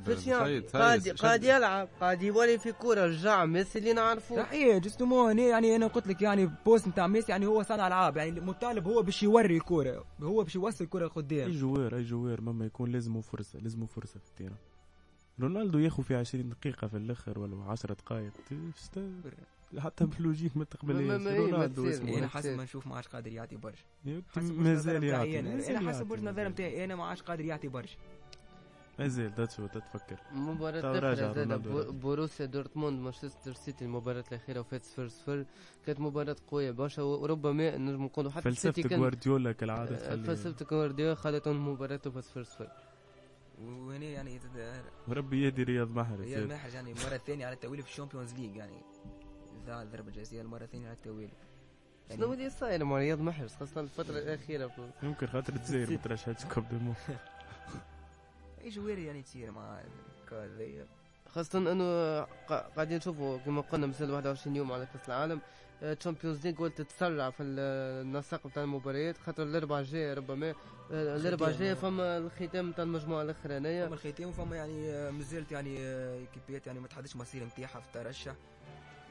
Speaker 1: فاش يعمل قاعد قاعد يلعب قاعد يولي في كوره رجع ميسي اللي نعرفوه
Speaker 4: صحيح جوستومون هنا يعني انا قلت لك يعني بوست نتاع ميسي يعني هو صانع العاب يعني المطالب هو باش يوري الكره هو باش يوصل الكره
Speaker 3: اي
Speaker 4: قدام
Speaker 3: جوار اي جوار مهما يكون لازمه فرصه لازمه فرصه في التيران رونالدو ياخو في 20 دقيقه في الاخر ولا 10 دقائق شتا- حتى بلوجيك ما
Speaker 1: ما-
Speaker 3: تقبلهاش
Speaker 1: ما- ما-
Speaker 3: رونالدو
Speaker 1: ما
Speaker 3: اسمه
Speaker 1: تصير.
Speaker 4: انا
Speaker 1: ورا
Speaker 4: إيه، حسب
Speaker 1: السير.
Speaker 4: ما نشوف ما عادش قادر يعطي برشا
Speaker 3: يا
Speaker 4: حسب
Speaker 3: ودي
Speaker 4: وجهة
Speaker 3: إيه، مازال
Speaker 4: نظري
Speaker 3: يعطي
Speaker 4: متاعي
Speaker 1: يعني.
Speaker 4: انا
Speaker 3: مازال
Speaker 4: أنا حسب
Speaker 3: يعطي،
Speaker 4: وجهه النظر نتاعي انا ما عادش قادر يعطي برشا
Speaker 3: مازال تتشو تتفكر
Speaker 1: مباراة
Speaker 3: تو راجع
Speaker 1: أخرى زاد
Speaker 3: رونالدو
Speaker 1: بو-
Speaker 3: راجع.
Speaker 1: بوروسيا دورتموند مانشستر سيتي المباراة الأخيرة وفات صفر صفر كانت مباراة قوية برشا وربما نجم نقولوا حتى السيتي
Speaker 3: فلسفه
Speaker 1: كان
Speaker 3: جوارديولا كالعاده
Speaker 1: آه،
Speaker 3: تخلي-
Speaker 1: فلسفة جوارديولا خلتهم مباراته في صفر صفر
Speaker 4: وهنا يعني تد-
Speaker 3: وربي يدي رياض محرز
Speaker 4: ريال
Speaker 3: زاد.
Speaker 4: محرز يعني المره الثانيه على التوالي في الشامبيونز ليج يعني ضاع الضربه الجزاء المره الثانيه على التوالي يعني
Speaker 1: شنو اللي صاير مع رياض محرز خاصة الفترة الأخيرة في-
Speaker 3: يمكن خاطر الجزائر ما ترشحتش كوب دو مون
Speaker 4: اي جواري يعني تصير مع كذا
Speaker 1: خاصة أنه آه، قا- قاعدين نشوفوا كما قلنا مازال 21 يوم على كأس العالم تشامبيونز ليج قلت تتسرع في ال- النسق بتاع المباريات خاطر الأربعة جاية ربما آه، الأربعة جاية فما الختام بتاع المجموعة الأخرانية
Speaker 4: فما الختام فما يعني آه، مازالت يعني آه، كيبيات يعني ما تحدش مصير نتاعها في الترشح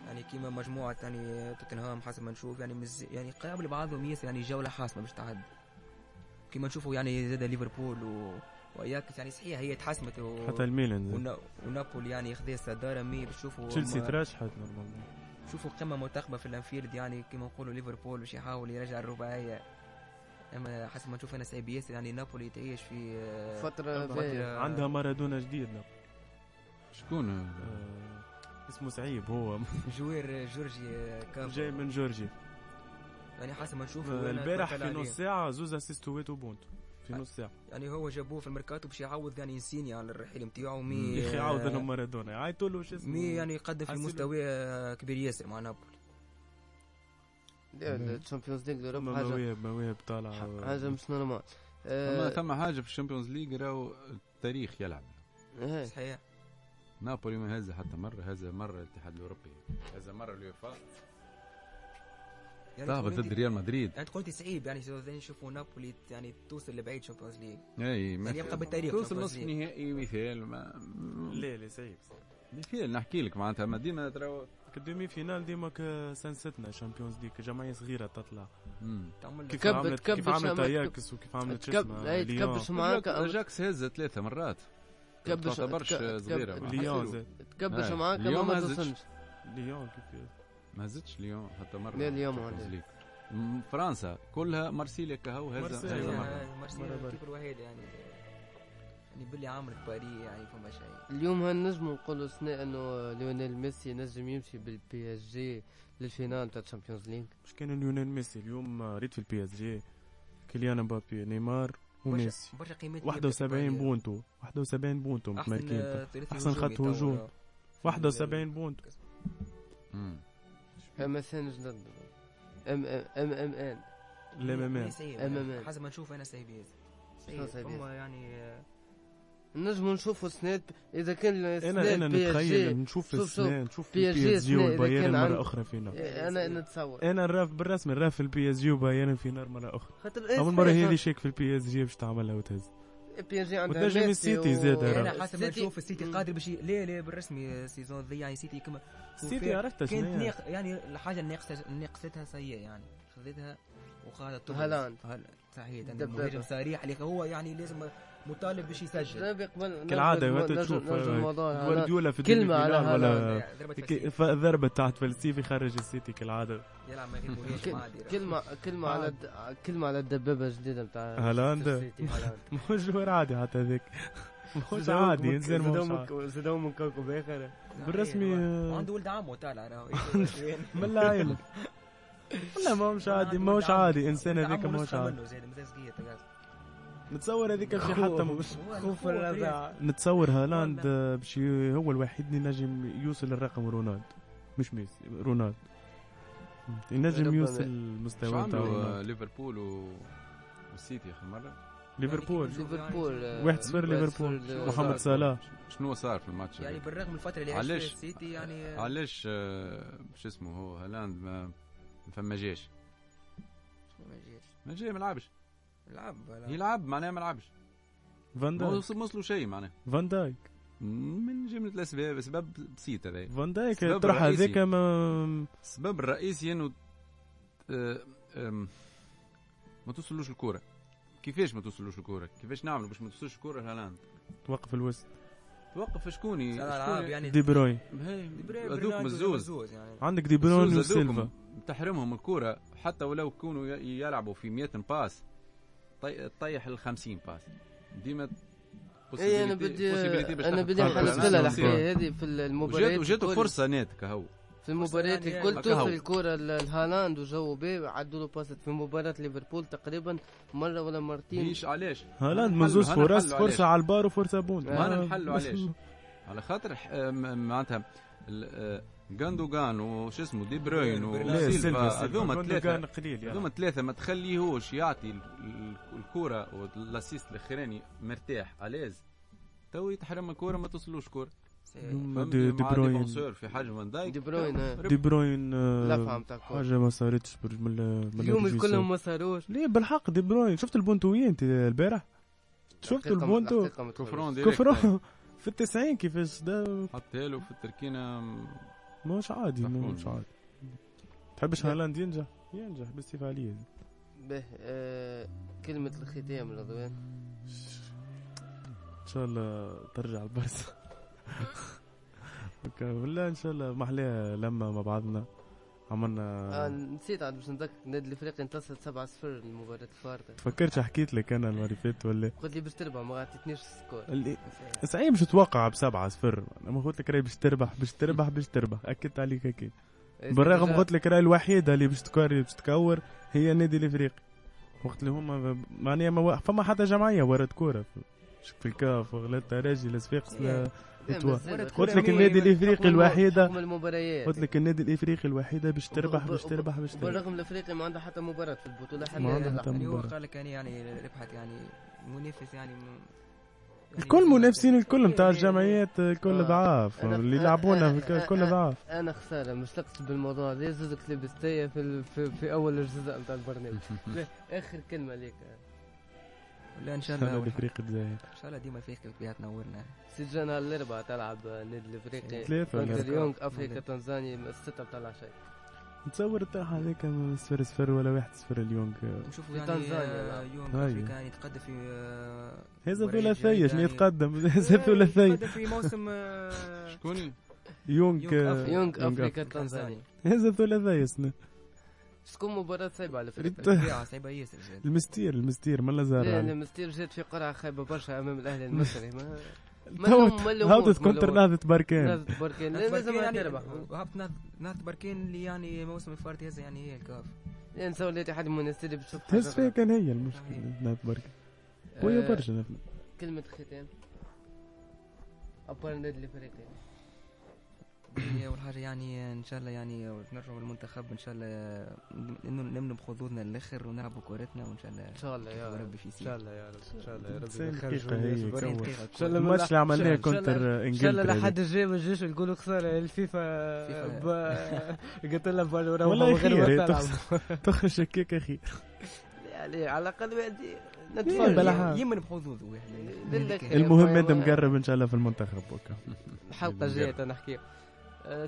Speaker 4: يعني كيما مجموعة يعني توتنهام حسب ما نشوف يعني مز يعني قابل بعضهم ياسر يعني جولة حاسمة باش تعدي كيما نشوفوا يعني زاد ليفربول و... وياكس يعني صحيح هي تحسمت و...
Speaker 3: حتى الميلان زاد.
Speaker 4: ونا... ونابولي يعني خذا الصدارة مي باش تشوفوا
Speaker 3: تشيلسي
Speaker 4: هما-
Speaker 3: ترشحت نورمالمون
Speaker 4: شوفوا قمة مرتقبة في الانفيلد يعني كيما نقولوا ليفربول باش يحاول يرجع الرباعية اما حسب ما نشوف انا صعيب ياسر يعني نابولي تعيش في آه،
Speaker 1: فترة
Speaker 4: فترة-
Speaker 1: باهية
Speaker 3: عندها مارادونا جديد
Speaker 2: شكون
Speaker 3: آه، اسمه سعيب هو
Speaker 4: جوير جورجي كافو
Speaker 3: جاي من جورجي
Speaker 4: يعني حسب ما نشوف هو
Speaker 3: البارح
Speaker 4: أنا
Speaker 3: في
Speaker 4: قلت
Speaker 3: نص
Speaker 4: عليه.
Speaker 3: ساعة زوز اسيستوات وبونت في نص ساعة
Speaker 4: يعني هو جابوه في الميركاتو باش يعوض يعني انسيني على الرحيل نتاعو مي
Speaker 3: يا اخي عاود لهم مارادونا عيطوا له شو اسمه
Speaker 4: مي يعني يقدم في
Speaker 3: حسيلو.
Speaker 4: مستوى آه، كبير ياسر مع نابولي
Speaker 1: لا الشامبيونز ليج
Speaker 3: ثم
Speaker 1: لاوروبا حاجه
Speaker 3: مواهب مواهب طالعة
Speaker 1: حاجه مش نورمال
Speaker 4: E-
Speaker 2: اما
Speaker 1: آه،
Speaker 2: ثم حاجه في الشامبيونز ليج راهو التاريخ يلعب
Speaker 1: إيه.
Speaker 4: صحيح
Speaker 2: نابولي ما هزها حتى مره هزها مره الاتحاد الاوروبي هزها مره اليوفا
Speaker 4: يعني
Speaker 2: تهبط
Speaker 4: تقول
Speaker 2: طيب، ضد
Speaker 4: أنت-
Speaker 2: ريال مدريد
Speaker 4: يعني تقول انت صعيب يعني ثاني نشوفوا نابولي يعني توصل لبعيد شامبيونز ليج
Speaker 2: اي ما
Speaker 4: يعني يبقى بالتاريخ
Speaker 2: توصل
Speaker 4: Champions
Speaker 2: نصف
Speaker 4: League.
Speaker 2: نهائي مثال ما
Speaker 3: لا لا سعيب
Speaker 2: مثال نحكي لك معناتها ما ديما تراو
Speaker 3: كدومي فينال ديما كسنستنا شامبيونز ليج جمعية صغيرة تطلع
Speaker 2: مم.
Speaker 4: تعمل
Speaker 3: كيف
Speaker 1: تكبر-
Speaker 3: عملت كيف
Speaker 1: تكبر
Speaker 3: عملت
Speaker 1: شامل-
Speaker 3: اياكس وكيف عملت شو
Speaker 1: تكب-
Speaker 3: اسمه
Speaker 1: إيه،
Speaker 3: ليون
Speaker 1: تكبش معاك
Speaker 2: اجاكس هزت ثلاثه مرات
Speaker 1: تكبش-
Speaker 2: ما تعتبرش
Speaker 1: تك-
Speaker 2: صغيره
Speaker 1: تكب-
Speaker 2: ما
Speaker 3: ليون
Speaker 2: حسيتو.
Speaker 3: زاد
Speaker 1: تكبش
Speaker 2: إيه.
Speaker 1: معاك
Speaker 2: اليوم
Speaker 1: ما
Speaker 2: ما هزتش.
Speaker 1: توصلش
Speaker 3: ليون كيف
Speaker 2: ما هزتش اليوم حتى مره
Speaker 1: لا، اليوم
Speaker 2: Champions
Speaker 1: هذا.
Speaker 2: League. م- فرنسا كلها مرسيليا كهو هزها
Speaker 3: مرسيليا.
Speaker 2: هزها
Speaker 3: مرة.
Speaker 2: أيوة، مرة.
Speaker 4: يعني
Speaker 3: مرة
Speaker 4: مارسيليا
Speaker 3: بعد.
Speaker 4: كيف الوحيد يعني يعني باللي عمرك باري يعني فما شيء
Speaker 1: اليوم هنجموا نقولوا سنة انه ليونيل ميسي نجم يمشي بالبي اس جي للفينال تاع الشامبيونز ليج
Speaker 3: مش كان ليونيل ميسي اليوم ريت في البي اس جي كيليان مبابي نيمار
Speaker 4: برشا-
Speaker 3: وميسي
Speaker 4: برشا قيمات
Speaker 3: 71
Speaker 4: بونت
Speaker 3: بونتو 71 بونتو متماركين
Speaker 4: ثلاثي
Speaker 3: أحسن
Speaker 4: هجومي
Speaker 3: خط
Speaker 4: توا،
Speaker 3: هجوم.
Speaker 4: آه.
Speaker 3: 71 بونتو
Speaker 2: مم. Hmm.
Speaker 1: اما سان جدد ام ام ام ام ان
Speaker 3: الامامات
Speaker 1: MMA.
Speaker 4: حسب ما نشوف انا سايبيز
Speaker 1: شنو سايبيز؟
Speaker 4: هم يعني آه،
Speaker 1: نجم نشوفوا سناب اذا كان
Speaker 3: انا انا
Speaker 1: سناب بي إس جي،
Speaker 3: نتخيل نشوف
Speaker 1: شوف- شوف.
Speaker 3: السنان نشوف
Speaker 1: بي إس جي
Speaker 3: البي اس جي
Speaker 1: السنان إذا كان
Speaker 3: والبايرن
Speaker 1: عند-
Speaker 3: مره اخرى فينا
Speaker 1: انا نتصور
Speaker 3: انا الراف بالرسم الراف البي اس جي وبايرن في نار مره اخرى
Speaker 1: خاطر
Speaker 3: اول مره
Speaker 1: إيه.
Speaker 3: هي اللي شيك في البي اس جي باش تعملها وتهز
Speaker 1: بي جي عندها
Speaker 3: وتنجم
Speaker 1: ميسي
Speaker 3: السيتي
Speaker 1: و-
Speaker 3: زاد راه.
Speaker 4: انا يعني حسب ما
Speaker 1: السيتي-
Speaker 4: نشوف السيتي
Speaker 1: مم.
Speaker 4: قادر باش ي- لا لا بالرسمي آه، السيزون ذي يعني سيتي كما
Speaker 3: السيتي عرفتها شنو
Speaker 4: كانت
Speaker 3: هي؟
Speaker 4: ناق... يعني الحاجه الناقصه ناقصتها سيئه يعني خذتها وخذت تونس.
Speaker 1: هالاند.
Speaker 4: هل... صحيح عندك
Speaker 1: دبابة.
Speaker 4: مهاجم صريح اللي هو يعني لازم مطالب باش يسجل
Speaker 1: لا قبل
Speaker 3: كالعاده وقت تشوف آه،
Speaker 1: تشوف
Speaker 3: جوارديولا في
Speaker 1: كلمة على يعني.
Speaker 3: الدنيا ولا
Speaker 4: يعني ضربة
Speaker 3: كي-
Speaker 4: فسيح.
Speaker 3: ف- ضربة تحت فلسفي خرج السيتي كالعاده
Speaker 4: يلعب من غير مهاجم عادي
Speaker 1: كلمة كلمة
Speaker 4: آه.
Speaker 1: على الد- كلمة على الدبابة الجديدة نتاع
Speaker 3: هالاند.
Speaker 1: السيتي، هالاند.
Speaker 3: مو جوار عادي حتى هذاك مش عادي انسان مش عادي
Speaker 1: زدو من كوكو باخر
Speaker 3: بالرسمي آه،
Speaker 4: عنده ولد عمه طالع راهو
Speaker 3: من العائلة لا ما مش عادي ما مش عادي انسان هذاك ما مش عادي نتصور هذيك شي حتى مش
Speaker 4: خوف الرضاعة
Speaker 3: نتصور هالاند آه، باش ي- هو الوحيد اللي نجم يوصل للرقم رونالد مش ميسي رونالد فهمت؟ ينجم
Speaker 1: ربما.
Speaker 3: يوصل المستوى تاع
Speaker 2: عملوا
Speaker 3: رونالد.
Speaker 2: ليفربول و... والسيتي اخر مره
Speaker 3: ليفربول
Speaker 1: ليفربول آه،
Speaker 3: واحد صفر ليفربول.
Speaker 1: واحد صفر
Speaker 3: محمد
Speaker 1: ليفربول.
Speaker 3: صلاح
Speaker 2: شنو صار في الماتش
Speaker 4: يعني
Speaker 2: هذاك؟
Speaker 4: بالرغم من الفترة اللي عاش
Speaker 2: علاش؟
Speaker 4: فيها السيتي يعني آه،
Speaker 2: علاش آه، شو اسمه هو هالاند ما ما فما جاش
Speaker 4: ما جاش.
Speaker 2: ما جاي ما لعبش
Speaker 4: لعب لعب.
Speaker 2: يلعب معناها ما لعبش
Speaker 3: فان
Speaker 2: ما
Speaker 3: دايك
Speaker 2: وصل- ما وصلوا شيء معناها
Speaker 3: فان دايك
Speaker 2: من جمله الاسباب اسباب بسيطه هذي
Speaker 3: فان دايك
Speaker 2: سبب
Speaker 3: تروح
Speaker 2: رئيسي.
Speaker 3: هذاك ما
Speaker 2: السبب الرئيسي انه آه، آم، ما توصلوش الكوره كيفاش ما توصلوش الكوره كيفاش نعملوا باش ما توصلش الكوره هالاند
Speaker 3: توقف الوسط
Speaker 2: توقف شكوني
Speaker 4: صار العاب
Speaker 2: شكوني-
Speaker 4: يعني
Speaker 3: دي بروين
Speaker 2: هاي،
Speaker 4: بري-
Speaker 2: هذوك
Speaker 4: برناردو
Speaker 2: مزوز
Speaker 4: مزوز يعني
Speaker 3: عندك دي
Speaker 2: مزوز
Speaker 3: بروين
Speaker 2: هذوكم
Speaker 3: وسيلفا
Speaker 2: تحرمهم الكوره حتى ولو يكونوا ي- يلعبوا في 100 باس طي- طيح ال 50 باس ديما
Speaker 1: اي انا
Speaker 2: possibility-
Speaker 1: إيه، بدي
Speaker 2: possibility باش
Speaker 1: انا
Speaker 2: تاخد
Speaker 1: بدي
Speaker 2: كرة.
Speaker 1: نحدد
Speaker 3: بالأساس.
Speaker 1: لها الحكايه هذه في المباريات
Speaker 2: وجاتو جاتو
Speaker 1: الكل-
Speaker 2: فرصه ناتكه هو
Speaker 1: في المباريات
Speaker 4: يعني
Speaker 1: الكل
Speaker 2: هكا
Speaker 1: توصل
Speaker 2: هو.
Speaker 1: الكره ل- لهالاند وجو بيه عدوا له باست في مباراه ليفربول تقريبا مره ولا مرتين
Speaker 2: ليش علاش
Speaker 3: هالاند
Speaker 2: هنحلوا-
Speaker 3: مزوز
Speaker 2: هنحلوا
Speaker 3: فرص
Speaker 2: علاش.
Speaker 3: فرصة على البار وفرصة بون
Speaker 1: ما
Speaker 2: نحلوا علاش. على خاطر ح- آه، م- معناتها ال- آه، غاندوغان وش اسمه دي بروين
Speaker 3: لا سيلفا
Speaker 2: وسيلفا هذوما
Speaker 3: هذوما
Speaker 2: ثلاثه
Speaker 3: قليل
Speaker 2: هذوما
Speaker 3: يعني
Speaker 2: ثلاثه ما تخليهوش يعطي ال- ال- الكره والاسيست الاخراني مرتاح اليز تو يتحرم الكره ما توصلوش كره
Speaker 3: هما
Speaker 2: فهمت؟
Speaker 3: دي, دي
Speaker 2: مع
Speaker 3: بروين
Speaker 2: ديفونسور في حجم فان دايك
Speaker 1: دي بروين، آه.
Speaker 2: رب-
Speaker 3: دي بروين آه،
Speaker 1: لفعه نتاع الكره
Speaker 3: حاجة ما صارتش برج من ال- من
Speaker 1: اليوم
Speaker 3: الريفيسور.
Speaker 1: الكل ما صاروش
Speaker 3: ليه بالحق دي بروين شفت البونتوية انت البارح شفت
Speaker 1: الحقيقة-
Speaker 3: البونتو
Speaker 1: الحقيقة ما تقولش.
Speaker 2: كفرون ديريكت
Speaker 3: كفرو
Speaker 1: يعني.
Speaker 3: في التسعين كيفاش ده
Speaker 2: حطها له في التركينه م-
Speaker 3: مش عادي
Speaker 2: مفهوم.
Speaker 3: مش عادي تحبش هالاند ينجح ينجح بالسيف عليه
Speaker 1: به آه، كلمة الختام رضوان
Speaker 3: ان شاء الله ترجع البرسا اوكي ولا ان شاء الله محلاه لما مع بعضنا
Speaker 1: آه،
Speaker 3: عملنا
Speaker 1: نسيت عاد باش نذكر النادي الافريقي انتصر 7-0 لمباراة الفارطة
Speaker 3: تفكرت حكيت لك انا المره اللي فاتت ولا
Speaker 1: قلت لي باش تربح ما عطيتنيش السكور
Speaker 3: اللي سعيد باش توقع بسبعة صفر انا قلت لك راي باش تربح باش تربح باش تربح اكدت عليك اكيد
Speaker 1: إيه،
Speaker 3: بالرغم قلت لك راي الوحيده اللي باش تكور باش تكور هي النادي الافريقي وقت اللي هما معناها ما وا- فما حتى جمعيه ورد كوره في الكاف وغلطة تراجي لصفاقس لا-
Speaker 1: إيه،
Speaker 3: وتوا. قلت لك النادي الافريقي الوحيده
Speaker 1: حكم المباريات
Speaker 3: قلت لك النادي الافريقي الوحيده باش تربح
Speaker 1: ب-
Speaker 3: باش
Speaker 1: ب-
Speaker 3: تربح باش تربح
Speaker 1: بالرغم الافريقي ما عنده حتى مباراة في البطولة حتى
Speaker 3: ما عندها
Speaker 1: يلعب.
Speaker 3: حتى
Speaker 4: يعني هو
Speaker 3: مباراة.
Speaker 4: قال لك يعني يعني ربحت يعني منافس يعني من يعني
Speaker 3: الكل منافسين الكل
Speaker 4: إيه،
Speaker 3: نتاع
Speaker 4: إيه،
Speaker 3: الجمعيات الكل
Speaker 1: آه.
Speaker 3: ضعاف
Speaker 1: أنا- آه،
Speaker 3: اللي
Speaker 1: أنا-
Speaker 3: يلعبونا
Speaker 1: أنا-
Speaker 3: في الك-
Speaker 1: أنا-
Speaker 3: الكل
Speaker 1: أنا-
Speaker 3: ضعاف
Speaker 1: انا خسارة مش نقصد بالموضوع هذا زدك لبستية في, ال- في, في اول الجزء نتاع البرنامج به، اخر كلمة ليك
Speaker 4: لا
Speaker 1: آه،
Speaker 4: ان شاء
Speaker 3: هذا
Speaker 4: الله
Speaker 3: الافريقي الجاي
Speaker 4: ان شاء الله ديما فيك بها تنورنا
Speaker 1: سي جانا الاربعة تلعب النادي الافريقي
Speaker 3: ثلاثة ولا
Speaker 1: ضد
Speaker 3: أربعة.
Speaker 1: اليونغ افريقيا تنزانيا من الستة بتاع العشاء
Speaker 3: نتصور الطرح هذاك صفر صفر ولا واحد صفر اليوم
Speaker 4: نشوفوا
Speaker 1: في
Speaker 4: يعني
Speaker 1: تنزانيا
Speaker 4: آه،
Speaker 1: لا.
Speaker 4: يوم
Speaker 3: هاي.
Speaker 4: افريقيا يعني يتقدم في آه،
Speaker 3: هذا
Speaker 4: مباريات
Speaker 3: ثلاثية
Speaker 4: جاية
Speaker 3: شنو
Speaker 4: يعني.
Speaker 3: يتقدم هذا
Speaker 1: إيه،
Speaker 3: ثلاثية
Speaker 4: يتقدم في موسم آه،
Speaker 2: شكوني
Speaker 3: يونغ
Speaker 4: يونغ أفريقيا.
Speaker 1: يونغ افريقيا تنزانيا
Speaker 3: هذا ثلاثية سنة
Speaker 1: شكون مباراة صعيبة على الافريقيا
Speaker 4: بيعة صعيبة ياسر جد.
Speaker 3: المستير المستير من الازهر
Speaker 1: لا
Speaker 3: يعني.
Speaker 1: المستير جات في قرعة خايبة برشا أمام الأهلي المصري ما
Speaker 3: تو
Speaker 1: ملهم- ملهموش،
Speaker 3: هاوتت كونتر
Speaker 1: ملهموش.
Speaker 3: نهضة باركان
Speaker 1: لازم بركان
Speaker 4: نهضة
Speaker 1: لازم
Speaker 4: بركين
Speaker 1: تربح
Speaker 4: هبط نهض- نهضة بركين اللي يعني موسم الفارت هذا يعني هي الكاف
Speaker 1: لأن سوليتي حد من السيدي بتشوف
Speaker 3: تهز فيها
Speaker 1: حاجة
Speaker 3: كان هي المشكلة نهضة باركان
Speaker 1: أخرى.
Speaker 3: قوية
Speaker 1: إيه. آه،
Speaker 3: برشا نفنا.
Speaker 1: كلمة ختام أبار النادي الأفريقي
Speaker 4: هي اول حاجه يعني ان شاء الله يعني نرجعوا للمنتخب ان شاء الله انه نمنوا بخوضنا للاخر ونلعبوا كورتنا وان شاء الله
Speaker 1: ان شاء الله يا رب
Speaker 4: وربي في
Speaker 1: ان
Speaker 4: سيدي
Speaker 1: شاء الله يا رب ان شاء الله يا رب
Speaker 3: تسعين
Speaker 1: يخرجوا
Speaker 3: دقيقة هي
Speaker 1: يصبروا.
Speaker 3: تو.
Speaker 1: ان شاء الله ما
Speaker 3: الماتش اللي
Speaker 1: نلعب-
Speaker 3: عملناه
Speaker 1: إن شاء الله-
Speaker 3: كونتر
Speaker 1: ان شاء الله
Speaker 3: انجلترا
Speaker 1: لحد
Speaker 3: هذيك.
Speaker 1: الجاي ما نجيش نقولوا خساره الفيفا
Speaker 4: فيفا.
Speaker 1: ب- قلت لها بالوراء
Speaker 3: والله خير إيه، هي تخسر- تخرج هكاك يا اخي
Speaker 1: يعني على الاقل واحد
Speaker 3: يا
Speaker 1: نتفرج
Speaker 3: إيه، بلا-
Speaker 4: يمن- يمن بحظوظ واحد
Speaker 1: للك.
Speaker 3: المهم
Speaker 1: والله-
Speaker 3: انت مقرب ان شاء الله في المنتخب هكا
Speaker 1: الحلقه الجايه نحكي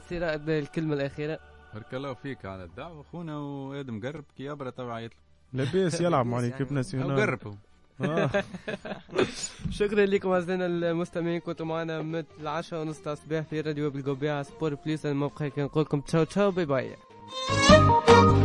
Speaker 1: سيرة الكلمه الاخيره
Speaker 2: بارك الله فيك على الدعوه خونا وادم قرب كي يبرى طبعا يطلع
Speaker 3: لاباس يلعب مع
Speaker 4: لاباس
Speaker 3: ليكيب
Speaker 4: يعني.
Speaker 2: أو
Speaker 3: ناسيونال
Speaker 2: قربوا
Speaker 3: آه.
Speaker 1: شكرا لكم اعزائنا المستمعين كنتوا معنا من العشرة ونص تاع الصباح في راديو بالقبيعة سبور بليس الموقع كنقول لكم تشاو تشاو باي باي
Speaker 7: Thank